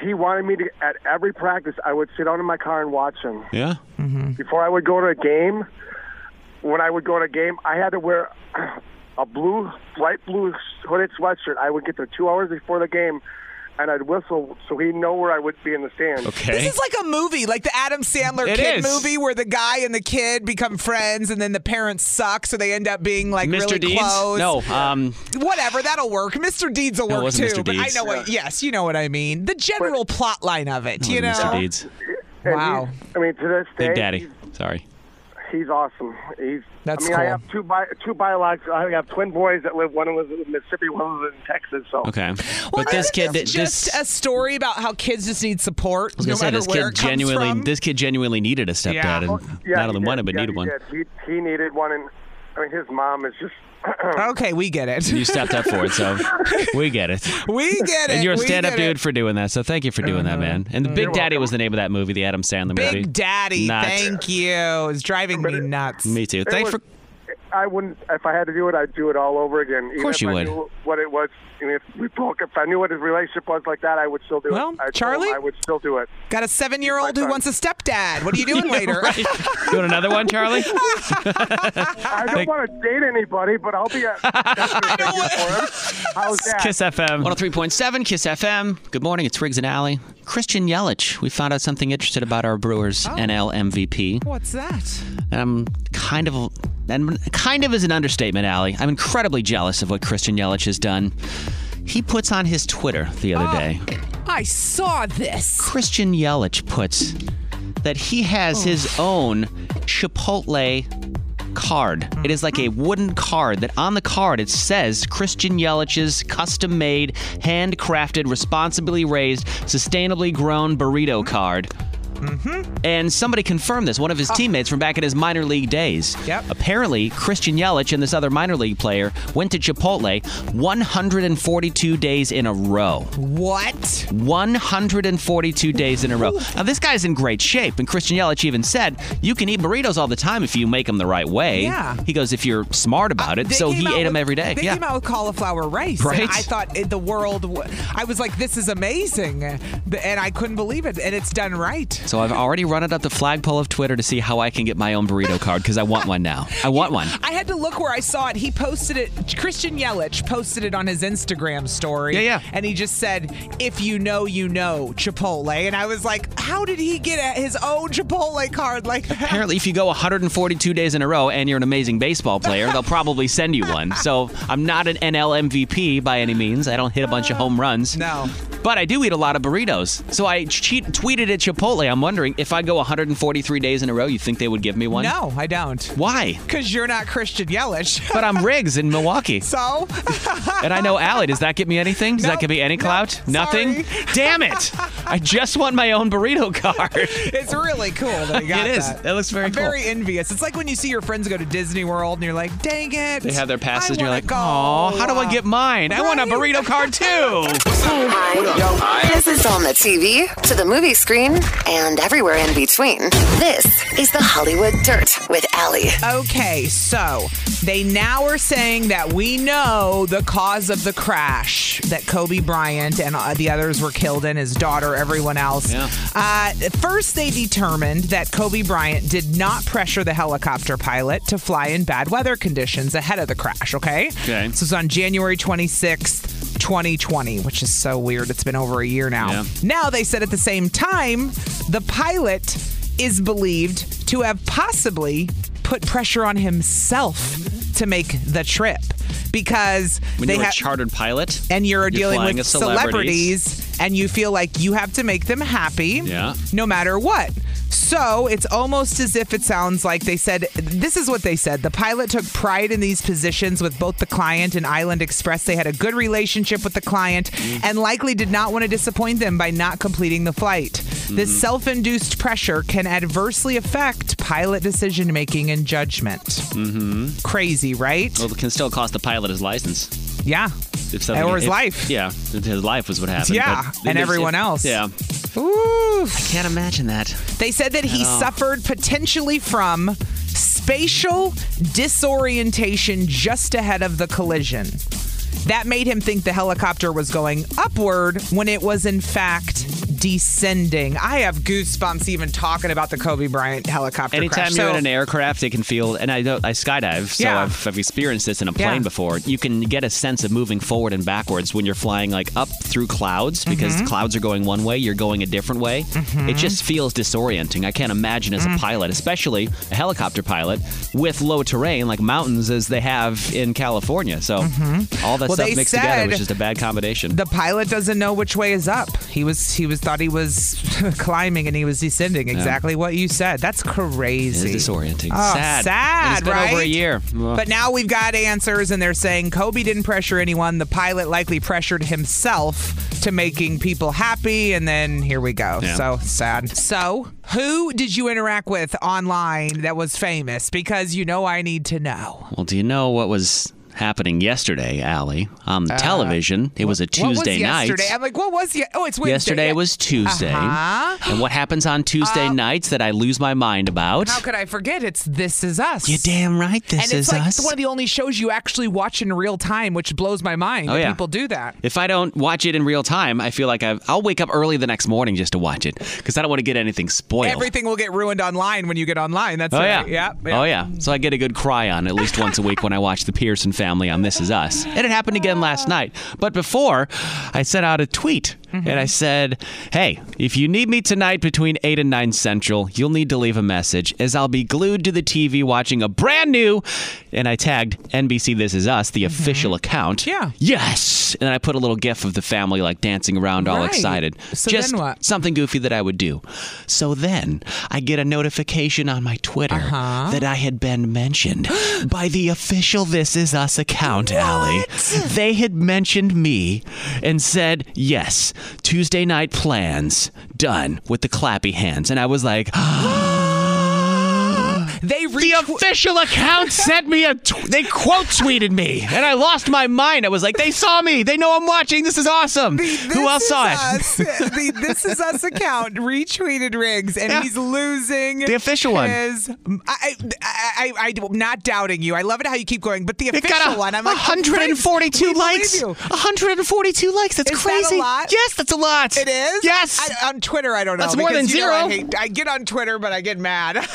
[SPEAKER 14] he wanted me to at every practice. I would sit down in my car and watch him.
[SPEAKER 3] Yeah.
[SPEAKER 14] Before I would go to a game, when I would go to a game, I had to wear a blue, light blue hooded sweatshirt. I would get there two hours before the game, and I'd whistle so he'd know where I would be in the stands.
[SPEAKER 4] This is like a movie, like the Adam Sandler
[SPEAKER 3] It
[SPEAKER 4] kid
[SPEAKER 3] is.
[SPEAKER 4] movie where the guy and the kid become friends and then the parents suck, so they end up being like
[SPEAKER 3] Mr.
[SPEAKER 4] really
[SPEAKER 3] Deeds?
[SPEAKER 4] close.
[SPEAKER 3] No, um
[SPEAKER 4] Whatever, that'll work. Mr. Deeds will
[SPEAKER 3] No, it
[SPEAKER 4] work
[SPEAKER 3] wasn't
[SPEAKER 4] too.
[SPEAKER 3] Mr.
[SPEAKER 4] But I
[SPEAKER 3] Deeds.
[SPEAKER 4] know what yes, you know what I mean. The general plot line of it, you know.
[SPEAKER 3] Mr. Deeds.
[SPEAKER 14] And
[SPEAKER 4] Wow.
[SPEAKER 14] he- I mean, to this day,
[SPEAKER 3] Big Daddy. Sorry.
[SPEAKER 14] He's awesome. He's.
[SPEAKER 4] That's
[SPEAKER 14] I mean,
[SPEAKER 4] cool.
[SPEAKER 14] I have two bi- two biological. I have twin boys that live. One lives in Mississippi. One lives in Texas. So.
[SPEAKER 3] Okay.
[SPEAKER 4] Well,
[SPEAKER 3] but this
[SPEAKER 4] isn't
[SPEAKER 3] kid this
[SPEAKER 4] this just a story about how kids just need support
[SPEAKER 3] I was
[SPEAKER 4] no
[SPEAKER 3] gonna say
[SPEAKER 4] matter
[SPEAKER 3] this
[SPEAKER 4] where
[SPEAKER 3] kid
[SPEAKER 4] it comes
[SPEAKER 3] genuinely
[SPEAKER 4] from.
[SPEAKER 3] this kid genuinely needed a stepdad
[SPEAKER 4] Yeah.
[SPEAKER 3] and
[SPEAKER 4] Oh,
[SPEAKER 14] Yeah,
[SPEAKER 3] not
[SPEAKER 14] he
[SPEAKER 3] only
[SPEAKER 14] did.
[SPEAKER 3] wanted but
[SPEAKER 14] Yeah,
[SPEAKER 3] needed
[SPEAKER 14] he
[SPEAKER 3] one.
[SPEAKER 14] did. He, he needed one, and I mean, his mom is just.
[SPEAKER 4] Okay, we get it.
[SPEAKER 3] You stepped up for it, so we get it.
[SPEAKER 4] We get it.
[SPEAKER 3] And you're a
[SPEAKER 4] we
[SPEAKER 3] stand up
[SPEAKER 4] get it.
[SPEAKER 3] dude for doing that. So thank you for doing
[SPEAKER 4] Uh-huh.
[SPEAKER 3] that, man. And the Big Daddy was the name of that movie, the Adam Sandler movie.
[SPEAKER 4] Big Daddy,
[SPEAKER 3] Not-
[SPEAKER 4] thank you. It's driving me nuts.
[SPEAKER 3] Me too.
[SPEAKER 14] It
[SPEAKER 3] Thanks
[SPEAKER 14] was-
[SPEAKER 3] for.
[SPEAKER 14] I wouldn't. If I had to do it, I'd do it all over again. Of
[SPEAKER 3] course
[SPEAKER 14] if
[SPEAKER 3] you
[SPEAKER 14] I
[SPEAKER 3] would.
[SPEAKER 14] Knew what it was. I mean, if we broke, if I knew what his relationship was like that, I would still do
[SPEAKER 4] Well,
[SPEAKER 14] it. I told
[SPEAKER 4] Charlie?
[SPEAKER 14] him I would still do it.
[SPEAKER 4] Got a seven year old who wants a stepdad. What are you doing later?
[SPEAKER 3] Doing another one, Charlie?
[SPEAKER 14] I don't want to date anybody, but I'll be a. I don't want.
[SPEAKER 4] Oh,
[SPEAKER 14] How's that?
[SPEAKER 3] Kiss FM. 103.7 Kiss FM. Good morning. It's Riggs and Alley. Christian Yelich. We found out
[SPEAKER 4] Oh.
[SPEAKER 3] something interesting about our Brewers NL MVP.
[SPEAKER 4] What's that?
[SPEAKER 3] And I'm kind of and kind of is an understatement, Allie. I'm incredibly jealous of what Christian Yelich has done. He puts on his Twitter the other day.
[SPEAKER 4] I saw this.
[SPEAKER 3] Christian Yelich puts that he has his own Chipotle card. It is like a wooden card that on the card it says Christian Yelich's custom made, handcrafted, responsibly raised, sustainably grown burrito card. And somebody confirmed this, one of his teammates from back in his minor league days. Yep. Apparently, Christian Yelich and this other minor league player went to Chipotle 142 days in a row.
[SPEAKER 4] What?
[SPEAKER 3] 142 days in a row. Now, this guy's in great shape, and Christian Yelich even said, You can eat burritos all the time if you make them the right way.
[SPEAKER 4] Yeah. Uh,
[SPEAKER 3] He goes, If you're smart about it.
[SPEAKER 4] They
[SPEAKER 3] So
[SPEAKER 4] came
[SPEAKER 3] he
[SPEAKER 4] out
[SPEAKER 3] ate them
[SPEAKER 4] with-
[SPEAKER 3] every day.
[SPEAKER 4] They
[SPEAKER 3] yeah.
[SPEAKER 4] came out with cauliflower rice. and
[SPEAKER 3] Right?
[SPEAKER 4] I thought it, the world. w- I was like, this is amazing, The- and I couldn't believe it. And it's done right.
[SPEAKER 3] So I've already run it up the flagpole of Twitter to see how I can get my own burrito card because I want one now. I want one.
[SPEAKER 4] I had to look where I saw it. He posted it. Christian Yelich posted it on his Instagram story. Yeah, yeah. And he just said, "If you know, you know Chipotle." And I was like, "How did he get a, his own Chipotle card like that?"
[SPEAKER 3] Apparently, if you go 142 days in a row and you're an amazing baseball player, they'll probably send you one. So I'm not an NL MVP by any means. I don't hit a bunch of home runs. No. But I do eat a lot of burritos. So I cheat, tweeted at Chipotle. I'm wondering if I go 143 days in a row, you think they would give me one?
[SPEAKER 4] No, I don't.
[SPEAKER 3] Why?
[SPEAKER 4] Because you're not Christian Yelich.
[SPEAKER 3] But I'm Riggs in Milwaukee.
[SPEAKER 4] So?
[SPEAKER 3] and I know Allie. Does that get me anything? Does that give me any clout? Nothing? Damn it! I just want my own burrito card.
[SPEAKER 4] It's really cool that he
[SPEAKER 3] It
[SPEAKER 4] got
[SPEAKER 3] is.
[SPEAKER 4] That.
[SPEAKER 3] That looks very
[SPEAKER 4] I'm
[SPEAKER 3] cool.
[SPEAKER 4] Very envious. It's like when you see your friends go to Disney World and you're like, dang it.
[SPEAKER 3] They have their passes,
[SPEAKER 4] I
[SPEAKER 3] and you're
[SPEAKER 4] wanna
[SPEAKER 3] like,
[SPEAKER 4] go.
[SPEAKER 3] "Oh, how do I get mine? I want a burrito card too."
[SPEAKER 2] This is on the TV, to the movie screen, and everywhere in between. This is the Hollywood Dirt with Allie.
[SPEAKER 4] Okay, so they now are saying that we know the cause of the crash that Kobe Bryant and uh, the others were killed in, his daughter, everyone else. Uh, first, they determined that Kobe Bryant did not pressure the helicopter pilot to fly in bad weather conditions ahead of the crash, okay?
[SPEAKER 3] Okay.
[SPEAKER 4] This was on January 26th, 2020, which is so weird. It's been over a year now. Now they said at the same time, the pilot is believed to have possibly put pressure on himself to make the trip because
[SPEAKER 3] When
[SPEAKER 4] they
[SPEAKER 3] you're a
[SPEAKER 4] ha-
[SPEAKER 3] chartered pilot
[SPEAKER 4] and you're,
[SPEAKER 3] you're
[SPEAKER 4] dealing
[SPEAKER 3] flying
[SPEAKER 4] with
[SPEAKER 3] a celebrities.
[SPEAKER 4] celebrities and you feel like you have to make them happy
[SPEAKER 3] Yeah.
[SPEAKER 4] no matter what. So it's almost as if it sounds like they said, this is what they said. The pilot took pride in these positions with both the client and Island Express. They had a good relationship with the client
[SPEAKER 3] Mm.
[SPEAKER 4] and likely did not want to disappoint them by not completing the flight.
[SPEAKER 3] Mm-hmm.
[SPEAKER 4] This self induced pressure can adversely affect pilot decision making and judgment.
[SPEAKER 3] Mm-hmm.
[SPEAKER 4] Crazy, right?
[SPEAKER 3] Well, it can still cost the pilot his license.
[SPEAKER 4] Yeah.
[SPEAKER 3] If something-
[SPEAKER 4] Or his
[SPEAKER 3] if-
[SPEAKER 4] life.
[SPEAKER 3] Yeah, if his life was what happened.
[SPEAKER 4] Yeah,
[SPEAKER 3] but-
[SPEAKER 4] and
[SPEAKER 3] if-
[SPEAKER 4] everyone
[SPEAKER 3] if-
[SPEAKER 4] else.
[SPEAKER 3] Yeah.
[SPEAKER 4] Ooh. I
[SPEAKER 3] can't imagine that.
[SPEAKER 4] They said that he
[SPEAKER 3] At all.
[SPEAKER 4] suffered potentially from spatial disorientation just ahead of the collision. That made him think the helicopter was going upward when it was in fact descending. I have goosebumps even talking about the Kobe Bryant helicopter
[SPEAKER 3] Anytime
[SPEAKER 4] crash.
[SPEAKER 3] you're
[SPEAKER 4] So-
[SPEAKER 3] in an aircraft, it can feel, and I know I skydive, so
[SPEAKER 4] Yeah.
[SPEAKER 3] I've, I've experienced this in a
[SPEAKER 4] Yeah.
[SPEAKER 3] plane before. You can get a sense of moving forward and backwards when you're flying like up through clouds because
[SPEAKER 4] Mhm.
[SPEAKER 3] clouds are going one way, you're going a different way.
[SPEAKER 4] Mhm.
[SPEAKER 3] It just feels disorienting. I can't imagine
[SPEAKER 4] Mm.
[SPEAKER 3] as a pilot, especially a helicopter pilot with low terrain like mountains as they have in California. So all that
[SPEAKER 4] Mm-hmm. Well,
[SPEAKER 3] stuff
[SPEAKER 4] they
[SPEAKER 3] mixed together
[SPEAKER 4] said-
[SPEAKER 3] was just a bad combination.
[SPEAKER 4] the pilot doesn't know which way is up. He was he was thought he was climbing and he was descending. Exactly what you said. That's crazy.
[SPEAKER 3] It is disorienting.
[SPEAKER 4] Oh,
[SPEAKER 3] sad.
[SPEAKER 4] sad,
[SPEAKER 3] And it's been over a
[SPEAKER 4] right?
[SPEAKER 3] year.
[SPEAKER 4] But now we've got answers, and they're saying Kobe didn't pressure anyone. The pilot likely pressured himself to making people happy, and then here we go.
[SPEAKER 3] Yeah.
[SPEAKER 4] So sad. So, who did you interact with online that was famous? Because you know I need to know.
[SPEAKER 3] Well, do you know what was happening yesterday, Allie, on the
[SPEAKER 4] Uh,
[SPEAKER 3] television? It was a Tuesday
[SPEAKER 4] what was
[SPEAKER 3] night.
[SPEAKER 4] yesterday? I'm like, what was ye- Oh, it's Wednesday.
[SPEAKER 3] Yesterday was Tuesday.
[SPEAKER 4] Uh-huh.
[SPEAKER 3] And what happens on Tuesday nights that I lose my mind about?
[SPEAKER 4] Uh, How could I forget? It's This Is Us. You're
[SPEAKER 3] damn right. This
[SPEAKER 4] and it's
[SPEAKER 3] Is
[SPEAKER 4] like
[SPEAKER 3] Us.
[SPEAKER 4] one of the only shows you actually watch in real time, which blows my mind.
[SPEAKER 3] Oh,
[SPEAKER 4] that
[SPEAKER 3] yeah.
[SPEAKER 4] people do that.
[SPEAKER 3] If I don't watch it in real time, I feel like I've, I'll wake up early the next morning just to watch it because I don't want to get anything spoiled.
[SPEAKER 4] Everything will get ruined online when you get online. That's
[SPEAKER 3] oh
[SPEAKER 4] right.
[SPEAKER 3] yeah.
[SPEAKER 4] Yep.
[SPEAKER 3] oh yeah. So I get a good cry on at least once a week when I watch the Pearson family on This Is Us, and it happened again last night. But before, I sent out a tweet And I said, Hey, if you need me tonight between 8 and 9 Central, you'll need to leave a message as I'll be glued to the TV watching a brand new. And I tagged NBC This Is Us, the official account. Mm-hmm. Yeah. Yes. And I put a little gif of the family like dancing around all
[SPEAKER 4] Right.
[SPEAKER 3] excited.
[SPEAKER 4] So
[SPEAKER 3] Just
[SPEAKER 4] then
[SPEAKER 3] something goofy that I would do. So then I get a notification on my Twitter
[SPEAKER 4] Uh-huh.
[SPEAKER 3] that I had been mentioned by the official This Is Us account, Allie. They had mentioned me and said, yes, Tuesday night plans done with the clappy hands. And I was like,
[SPEAKER 4] They
[SPEAKER 3] Oh, the official account sent me a. Tw- they quote tweeted me, and I lost my mind. I was like, "They saw me. They know I'm watching. This is awesome. Who else saw
[SPEAKER 4] Us,
[SPEAKER 3] it?"
[SPEAKER 4] the This Is Us account retweeted Riggs, and
[SPEAKER 3] Yeah.
[SPEAKER 4] he's losing
[SPEAKER 3] The official one.
[SPEAKER 4] his- I, I, I, am not doubting you. I love it how you keep going, but the
[SPEAKER 3] It
[SPEAKER 4] official
[SPEAKER 3] got a-
[SPEAKER 4] one, I'm like "Oh,
[SPEAKER 3] 142
[SPEAKER 4] Riggs, we believe
[SPEAKER 3] likes.
[SPEAKER 4] you.
[SPEAKER 3] 142 likes. That's
[SPEAKER 4] Is That
[SPEAKER 3] crazy.
[SPEAKER 4] a lot?
[SPEAKER 3] Yes, that's a lot.
[SPEAKER 4] It is.
[SPEAKER 3] Yes.
[SPEAKER 4] I, on Twitter, I don't know.
[SPEAKER 3] That's more
[SPEAKER 4] because
[SPEAKER 3] than
[SPEAKER 4] you know I,
[SPEAKER 3] zero.
[SPEAKER 4] hate- I get on Twitter, but I get mad.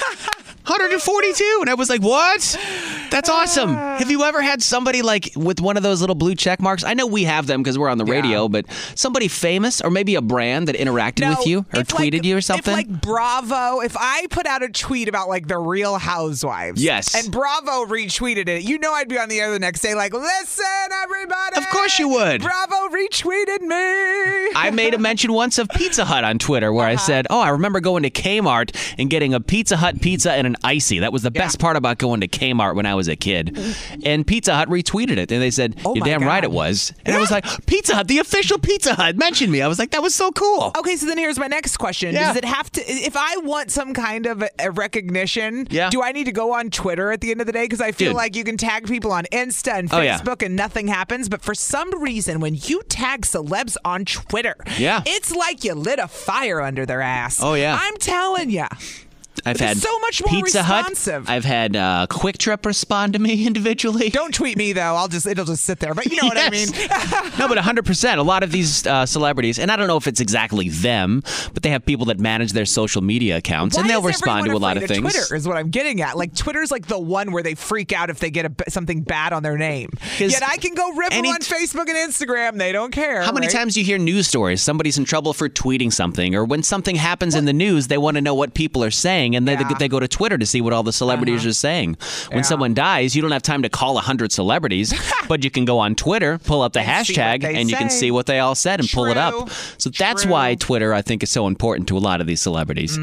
[SPEAKER 3] 142, and I was like, "What? That's awesome."
[SPEAKER 4] Ah.
[SPEAKER 3] Have you ever had somebody like with one of those little blue check marks? I know we have them because we're on the radio, but somebody famous or maybe a brand that interacted with you or tweeted you or something.
[SPEAKER 4] If like Bravo, if I put out a tweet about like the Real Housewives,
[SPEAKER 3] Yes.
[SPEAKER 4] and Bravo retweeted it, you know I'd be on the air the next day like, listen, everybody,
[SPEAKER 3] of course you would.
[SPEAKER 4] Bravo retweeted me.
[SPEAKER 3] I made a mention once of Pizza Hut on Twitter where I
[SPEAKER 4] Uh-huh.
[SPEAKER 3] said, Oh, I remember going to Kmart and getting a Pizza Hut pizza and an icy. That was the best part about going to Kmart when I was a kid. And Pizza Hut retweeted it and they said,
[SPEAKER 4] Oh
[SPEAKER 3] You're damn right it was. And I was like, Pizza Hut, the official Pizza Hut mentioned me. I was like, That was so cool.
[SPEAKER 4] Okay, so then here's my next question.
[SPEAKER 3] Yeah.
[SPEAKER 4] Does it have to, if I want some kind of a recognition,
[SPEAKER 3] Yeah.
[SPEAKER 4] do I need to go on Twitter at the end of the day? Because I feel
[SPEAKER 3] Dude.
[SPEAKER 4] like you can tag people on Insta and
[SPEAKER 3] Oh, yeah.
[SPEAKER 4] Facebook and nothing happens. But for some reason, when you tag celebs on Twitter,
[SPEAKER 3] Yeah.
[SPEAKER 4] it's like you lit a fire under their ass.
[SPEAKER 3] Oh, yeah.
[SPEAKER 4] I'm telling you.
[SPEAKER 3] I've
[SPEAKER 4] It's
[SPEAKER 3] had
[SPEAKER 4] so much more
[SPEAKER 3] Pizza
[SPEAKER 4] responsive.
[SPEAKER 3] Hut. I've had uh, Quick Trip respond to me individually.
[SPEAKER 4] Don't tweet me though. I'll just it'll just sit there. But you know what I mean.
[SPEAKER 3] no, but 100%. A lot of these uh, celebrities, and I don't know if it's exactly them, but they have people that manage their social media accounts, and
[SPEAKER 4] Why
[SPEAKER 3] they'll
[SPEAKER 4] is
[SPEAKER 3] respond to a
[SPEAKER 4] everyone
[SPEAKER 3] lot of
[SPEAKER 4] afraid
[SPEAKER 3] things.
[SPEAKER 4] Twitter is what I'm getting at. Like Twitter's like the one where they freak out if they get a, something bad on their name.
[SPEAKER 3] 'Cause
[SPEAKER 4] Yet I can go rip them
[SPEAKER 3] any-
[SPEAKER 4] on Facebook and Instagram. They don't care.
[SPEAKER 3] How many
[SPEAKER 4] right?
[SPEAKER 3] times do you hear news stories? Somebody's in trouble for tweeting something, or when something happens in the news, they want to know what people are saying, and they, they go to Twitter to see what all the celebrities
[SPEAKER 4] Uh-huh.
[SPEAKER 3] are saying. When someone dies, you don't have time to call 100 celebrities, but you can go on Twitter, pull up the
[SPEAKER 4] see what
[SPEAKER 3] hashtag,
[SPEAKER 4] they
[SPEAKER 3] and you can
[SPEAKER 4] say.
[SPEAKER 3] see what they all said and pull it up.
[SPEAKER 4] True.
[SPEAKER 3] So that's why Twitter, I think, is so important to a lot of these celebrities.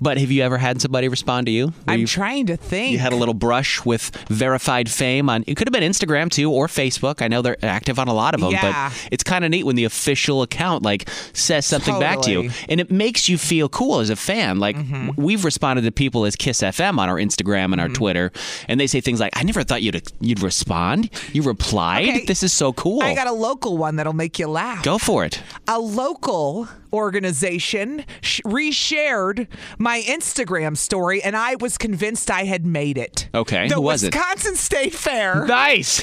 [SPEAKER 3] But have you ever had somebody respond to you? Where
[SPEAKER 4] Mm-hmm. I'm
[SPEAKER 3] you-
[SPEAKER 4] trying to think.
[SPEAKER 3] you had a little brush with verified fame on it could have been Instagram too or Facebook. I know they're active on a lot of them,
[SPEAKER 4] Yeah.
[SPEAKER 3] but it's kind of neat when the official account like says something back to you
[SPEAKER 4] Totally. Mm-hmm.
[SPEAKER 3] and it makes you feel cool as a fan. Like w- we've responded to people as Kiss FM on our Instagram and our Twitter and they say things like I never thought you'd you'd respond. You replied.
[SPEAKER 4] Okay.
[SPEAKER 3] This is so cool.
[SPEAKER 4] I got a local one that'll make you laugh.
[SPEAKER 3] Go for it.
[SPEAKER 4] A local organization sh- reshared my Instagram story, and I was convinced I had made it.
[SPEAKER 3] Okay,
[SPEAKER 4] the
[SPEAKER 3] who was it?
[SPEAKER 4] Wisconsin State Fair.
[SPEAKER 3] Nice.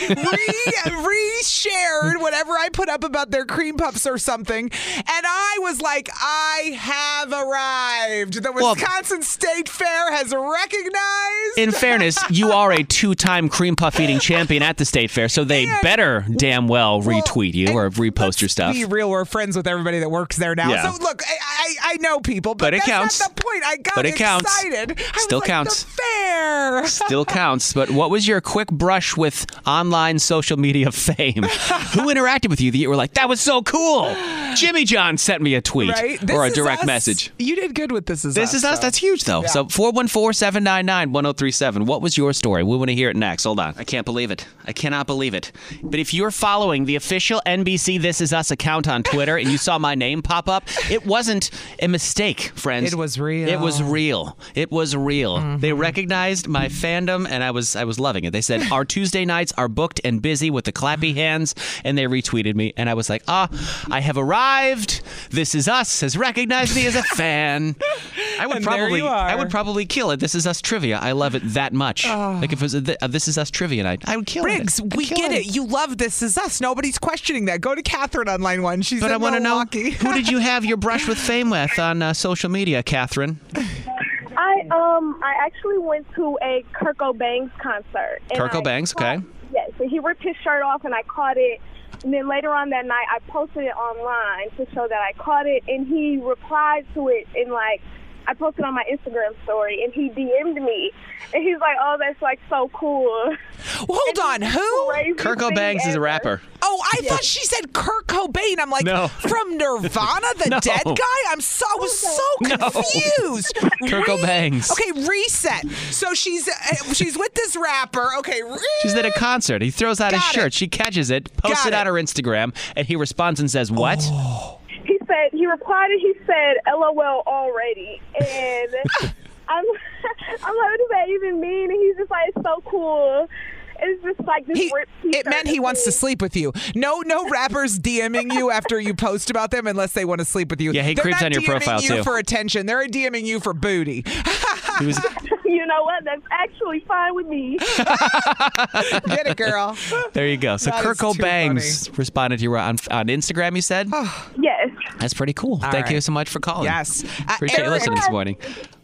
[SPEAKER 4] re shared whatever I put up about their cream puffs or something. And I was like, I have arrived. The
[SPEAKER 3] Well-
[SPEAKER 4] Wisconsin State Fair has recognized.
[SPEAKER 3] In fairness, you are a two-time cream puff eating champion at the state fair, so they better damn well retweet you or repost your stuff.
[SPEAKER 4] Be real, we're friends with everybody that works there now.
[SPEAKER 3] Yeah.
[SPEAKER 4] So look, I, I, I know people, but,
[SPEAKER 3] But it
[SPEAKER 4] that's
[SPEAKER 3] counts.
[SPEAKER 4] Not the point. I got
[SPEAKER 3] But it counts.
[SPEAKER 4] excited. I was
[SPEAKER 3] Still
[SPEAKER 4] like,
[SPEAKER 3] counts.
[SPEAKER 4] The fair.
[SPEAKER 3] still counts. But what was your quick brush with online social media fame? Who interacted with you that you were like, that was so cool? Jimmy John sent me a tweet
[SPEAKER 4] Right? This
[SPEAKER 3] or a
[SPEAKER 4] Is
[SPEAKER 3] direct
[SPEAKER 4] Us.
[SPEAKER 3] message.
[SPEAKER 4] You did good with this. Is
[SPEAKER 3] This
[SPEAKER 4] us,
[SPEAKER 3] is us.
[SPEAKER 4] though.
[SPEAKER 3] That's huge, though.
[SPEAKER 4] Yeah.
[SPEAKER 3] So 414 799 1037. What was your story? We want to hear it next. Hold on. I can't believe it. I cannot believe it. But if you're following the official NBC This Is Us account on Twitter and you saw my name pop up, it wasn't a mistake, friends.
[SPEAKER 4] It was real.
[SPEAKER 3] It was real. It was real. They
[SPEAKER 4] Mm-hmm.
[SPEAKER 3] recognized my fandom and I was I was loving it. They said our Tuesday nights are booked and busy with the clappy hands and they retweeted me and I was like, "Ah, I have arrived. This is us has recognized me as a fan." I would
[SPEAKER 4] And there
[SPEAKER 3] probably
[SPEAKER 4] you
[SPEAKER 3] I
[SPEAKER 4] are. Ah.
[SPEAKER 3] would probably kill it. This is us trivia. I love it that much. Like if it was a, th- a this is us trivia night, I would kill
[SPEAKER 4] Briggs,
[SPEAKER 3] it. I'd
[SPEAKER 4] we
[SPEAKER 3] kill
[SPEAKER 4] get it. You love This Is Us. Nobody's questioning that. Go to Catherine on line one. She's
[SPEAKER 3] But
[SPEAKER 4] in
[SPEAKER 3] I want to know
[SPEAKER 4] Milwaukee.
[SPEAKER 3] who did you have your brush with fame with on uh, social media, Catherine?
[SPEAKER 6] I um I actually went to a Kirk Bangs concert. and
[SPEAKER 3] Kirk
[SPEAKER 6] I
[SPEAKER 3] Bangs, okay.
[SPEAKER 6] caught- Yes, and he ripped his shirt off, and I caught it And then later on that night, I posted it online to show that I caught it, and he replied to it in like, I posted on my Instagram story, and he DM'd me, and he's like, "Oh, that's like so cool."
[SPEAKER 4] Well, hold on, who?
[SPEAKER 3] Kurt Cobangs is a rapper.
[SPEAKER 4] Oh, I thought she said Kurt Cobain. I'm like,
[SPEAKER 3] No.
[SPEAKER 4] from Nirvana, the
[SPEAKER 3] No.
[SPEAKER 4] dead guy. I'm so I was so
[SPEAKER 3] No.
[SPEAKER 4] confused.
[SPEAKER 3] Kurt
[SPEAKER 4] Re-
[SPEAKER 3] Cobangs.
[SPEAKER 4] Okay, reset. So she's uh, she's with this rapper. Okay, re-
[SPEAKER 3] She's at a concert. He throws out his shirt. She catches it, posts it, on her Instagram, and he responds and says, "What?"
[SPEAKER 4] Oh.
[SPEAKER 6] He said he replied, and he said, "LOL already," and I'm, I'm like, "What does that even mean?" And he's just like, "It's so cool." It's just like this. ripped
[SPEAKER 4] it meant he wants to sleep with you. No, no rappers DMing you after you post about them unless they want to sleep with you. Yeah,
[SPEAKER 3] he
[SPEAKER 4] They're
[SPEAKER 3] creeps
[SPEAKER 4] not
[SPEAKER 3] on your
[SPEAKER 4] DMing
[SPEAKER 3] profile,
[SPEAKER 4] you
[SPEAKER 3] too.
[SPEAKER 4] for attention. They're DMing you for booty.
[SPEAKER 3] He was
[SPEAKER 6] you know what? That's actually fine with me.
[SPEAKER 4] Get it, girl.
[SPEAKER 3] There you go. So
[SPEAKER 4] That
[SPEAKER 3] Kurt
[SPEAKER 4] is too
[SPEAKER 3] Cobangs responded to you on, on Instagram. You said
[SPEAKER 6] yes.
[SPEAKER 3] that's pretty cool.
[SPEAKER 4] Oh. All
[SPEAKER 3] Thank you
[SPEAKER 4] right.
[SPEAKER 3] so much for calling.
[SPEAKER 4] Yes. Uh,
[SPEAKER 3] appreciate you
[SPEAKER 4] Eric-
[SPEAKER 3] listening this morning.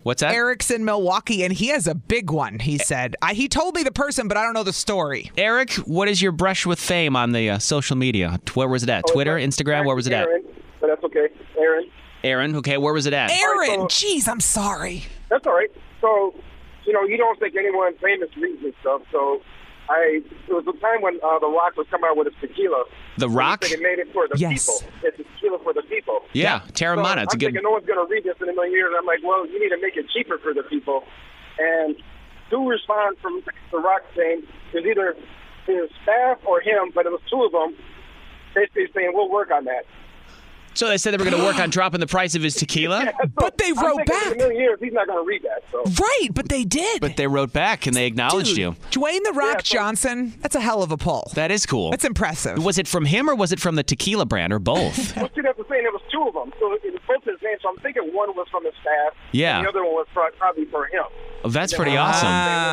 [SPEAKER 3] What's that?
[SPEAKER 4] Eric's in Milwaukee, and he has a big one. He said I, he told me the person, but I don't know the story.
[SPEAKER 3] Eric, what is your brush with fame on the uh, social media? Tw- Where was it at? Twitter, Instagram? Where was it at?
[SPEAKER 11] Oh, Aaron, but that's okay. Aaron.
[SPEAKER 3] Aaron. Okay, where was it at?
[SPEAKER 4] Aaron, jeez, I'm sorry.
[SPEAKER 11] That's all right. So, you know, you don't think anyone famous reads this stuff. So, I it was the time when uh, The Rock was coming out with his tequila.
[SPEAKER 3] The Rock?
[SPEAKER 11] He said he made it for the people. It's a tequila for the people.
[SPEAKER 3] Yeah, Terramana.
[SPEAKER 11] So
[SPEAKER 3] It's a
[SPEAKER 11] I'm
[SPEAKER 3] good-
[SPEAKER 11] thinking no one's going to read this in a million years. I'm like, well, you need to make it cheaper for the people. And two response from The Rock saying is either his staff or him, but it was two of them basically saying we'll work on that.
[SPEAKER 3] So they said they were going to work on dropping the price of his tequila.
[SPEAKER 4] But they
[SPEAKER 11] wrote back. In a million years, he's not going to read that. So.
[SPEAKER 4] Right, but they did.
[SPEAKER 3] But they wrote back and they acknowledged
[SPEAKER 4] Dude,
[SPEAKER 3] you.
[SPEAKER 4] Dwayne the Rock Johnson. That's a hell of a pull.
[SPEAKER 3] That is cool. That's
[SPEAKER 4] impressive.
[SPEAKER 3] Was it from him or was it from the tequila brand or both?
[SPEAKER 11] Well, see, that's the thing. There was two of them, so it was both his name. So I'm thinking one was from his staff.
[SPEAKER 3] Yeah.
[SPEAKER 11] And the other one was pro- probably for him.
[SPEAKER 3] Oh, That's
[SPEAKER 11] Yeah.
[SPEAKER 3] pretty
[SPEAKER 11] Ah. They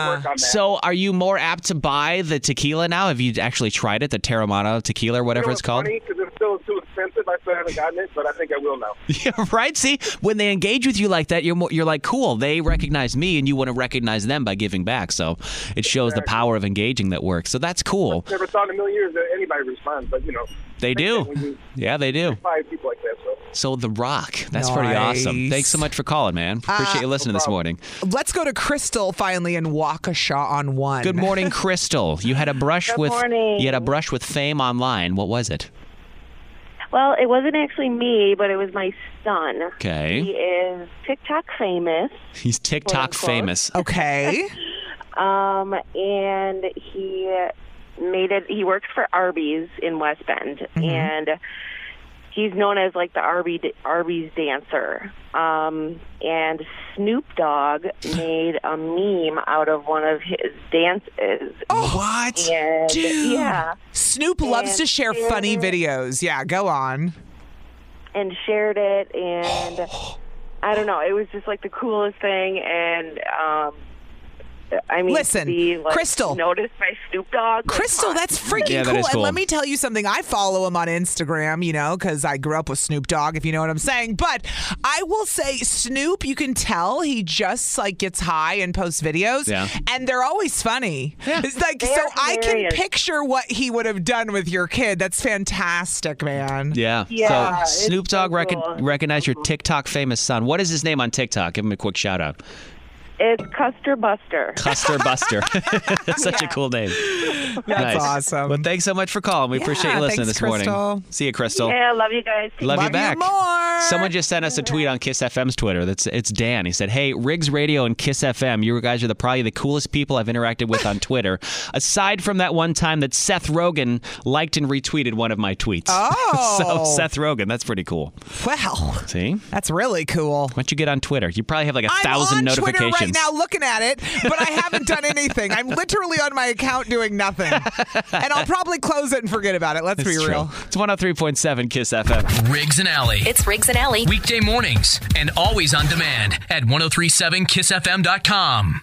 [SPEAKER 11] will work on
[SPEAKER 3] awesome.
[SPEAKER 11] that.
[SPEAKER 3] So, are you more apt to buy the tequila now? Have you actually tried it, the Terramana tequila or whatever it's called?
[SPEAKER 11] Because it's still too expensive. I still haven't gotten it, but I think I will now.
[SPEAKER 3] Yeah, right. See, when they engage with you like that, you're more, you're like, cool. They recognize me, and you want to recognize them by giving back. So, it shows the power of engaging that works. So that's cool.
[SPEAKER 11] Never thought in a million years that anybody responds, but you know,
[SPEAKER 3] They do. Yeah, they do.
[SPEAKER 11] five people like that. So
[SPEAKER 3] So the Rock. That's pretty awesome.
[SPEAKER 4] Nice. Ah,
[SPEAKER 3] Thanks so much for calling, man. Appreciate you listening this morning.
[SPEAKER 4] Let's go to Crystal finally in Waukesha on one.
[SPEAKER 3] Good morning, Crystal. You had a brush
[SPEAKER 15] Good
[SPEAKER 3] with
[SPEAKER 15] morning.
[SPEAKER 3] you had a brush with fame online. What was it?
[SPEAKER 15] Well, it wasn't actually me, but it was my son.
[SPEAKER 3] Okay.
[SPEAKER 15] He is TikTok famous.
[SPEAKER 3] He's TikTok famous.
[SPEAKER 4] Okay.
[SPEAKER 15] um, and he made it. He works for Arby's in West Bend,
[SPEAKER 4] Mm-hmm.
[SPEAKER 15] and he's known as like the Arby Arby's dancer. Um, and Snoop Dogg made a meme out of one of his dances.
[SPEAKER 4] Oh, what?
[SPEAKER 15] And,
[SPEAKER 4] Dude.
[SPEAKER 15] Yeah.
[SPEAKER 4] Snoop loves to
[SPEAKER 15] And
[SPEAKER 4] share
[SPEAKER 15] shared
[SPEAKER 4] funny
[SPEAKER 15] it.
[SPEAKER 4] videos. Yeah, go on.
[SPEAKER 15] and shared it and I don't know, it was just like the coolest thing and um I mean
[SPEAKER 4] Listen,
[SPEAKER 15] be, like,
[SPEAKER 4] Crystal.
[SPEAKER 15] noticed by Snoop Dogg. like,
[SPEAKER 4] Crystal,
[SPEAKER 15] come
[SPEAKER 4] that's
[SPEAKER 15] on.
[SPEAKER 4] freaking
[SPEAKER 3] Yeah, that
[SPEAKER 4] cool.
[SPEAKER 3] is
[SPEAKER 4] And
[SPEAKER 3] cool.
[SPEAKER 4] let me tell you something. I follow him on Instagram, you know, because I grew up with Snoop Dogg, if you know what I'm saying. But I will say, Snoop, you can tell he just like gets high and posts videos,
[SPEAKER 3] Yeah.
[SPEAKER 4] and they're always funny. It's like
[SPEAKER 15] They
[SPEAKER 4] so,
[SPEAKER 15] are
[SPEAKER 4] I can
[SPEAKER 15] hilarious.
[SPEAKER 4] picture what he would have done with your kid. That's fantastic, man.
[SPEAKER 3] Yeah.
[SPEAKER 4] Yeah, it's
[SPEAKER 3] so Snoop Dogg
[SPEAKER 4] so
[SPEAKER 3] recog-
[SPEAKER 4] cool.
[SPEAKER 3] recognized your TikTok famous son. What is his name on TikTok? Give him a quick shout out.
[SPEAKER 15] It's Custer Buster.
[SPEAKER 3] Custer Buster. That's such a cool name. That's
[SPEAKER 4] awesome.
[SPEAKER 3] Well, thanks so much for calling. We appreciate you
[SPEAKER 4] Yeah,
[SPEAKER 3] listening
[SPEAKER 4] thanks,
[SPEAKER 3] this morning.
[SPEAKER 4] Crystal.
[SPEAKER 3] See you, Crystal.
[SPEAKER 15] Yeah, love you guys.
[SPEAKER 3] Love, you back.
[SPEAKER 4] more.
[SPEAKER 3] Someone just sent us a tweet on Kiss FM's Twitter. That's it's Dan. He said, "Hey, Riggs Radio and Kiss FM, you guys are the probably the coolest people I've interacted with on Twitter. Aside from that one time that Seth Rogen liked and retweeted one of my tweets. so
[SPEAKER 4] Oh.
[SPEAKER 3] Seth Rogen, that's pretty cool.
[SPEAKER 4] Wow.
[SPEAKER 3] See,
[SPEAKER 4] that's really cool.
[SPEAKER 3] What you get on Twitter? You probably have like a
[SPEAKER 4] I'm
[SPEAKER 3] thousand
[SPEAKER 4] on
[SPEAKER 3] notifications.
[SPEAKER 4] Twitter right now looking at it, but I haven't done anything. I'm literally on my account doing nothing. And I'll probably close it and forget about it. Let's
[SPEAKER 3] It's
[SPEAKER 4] be
[SPEAKER 3] true.
[SPEAKER 4] real.
[SPEAKER 3] It's 103.7 Kiss FM.
[SPEAKER 1] Riggs and Alley.
[SPEAKER 2] It's Riggs and Alley.
[SPEAKER 1] oh Weekday mornings and always on demand at 1037kissfm.com.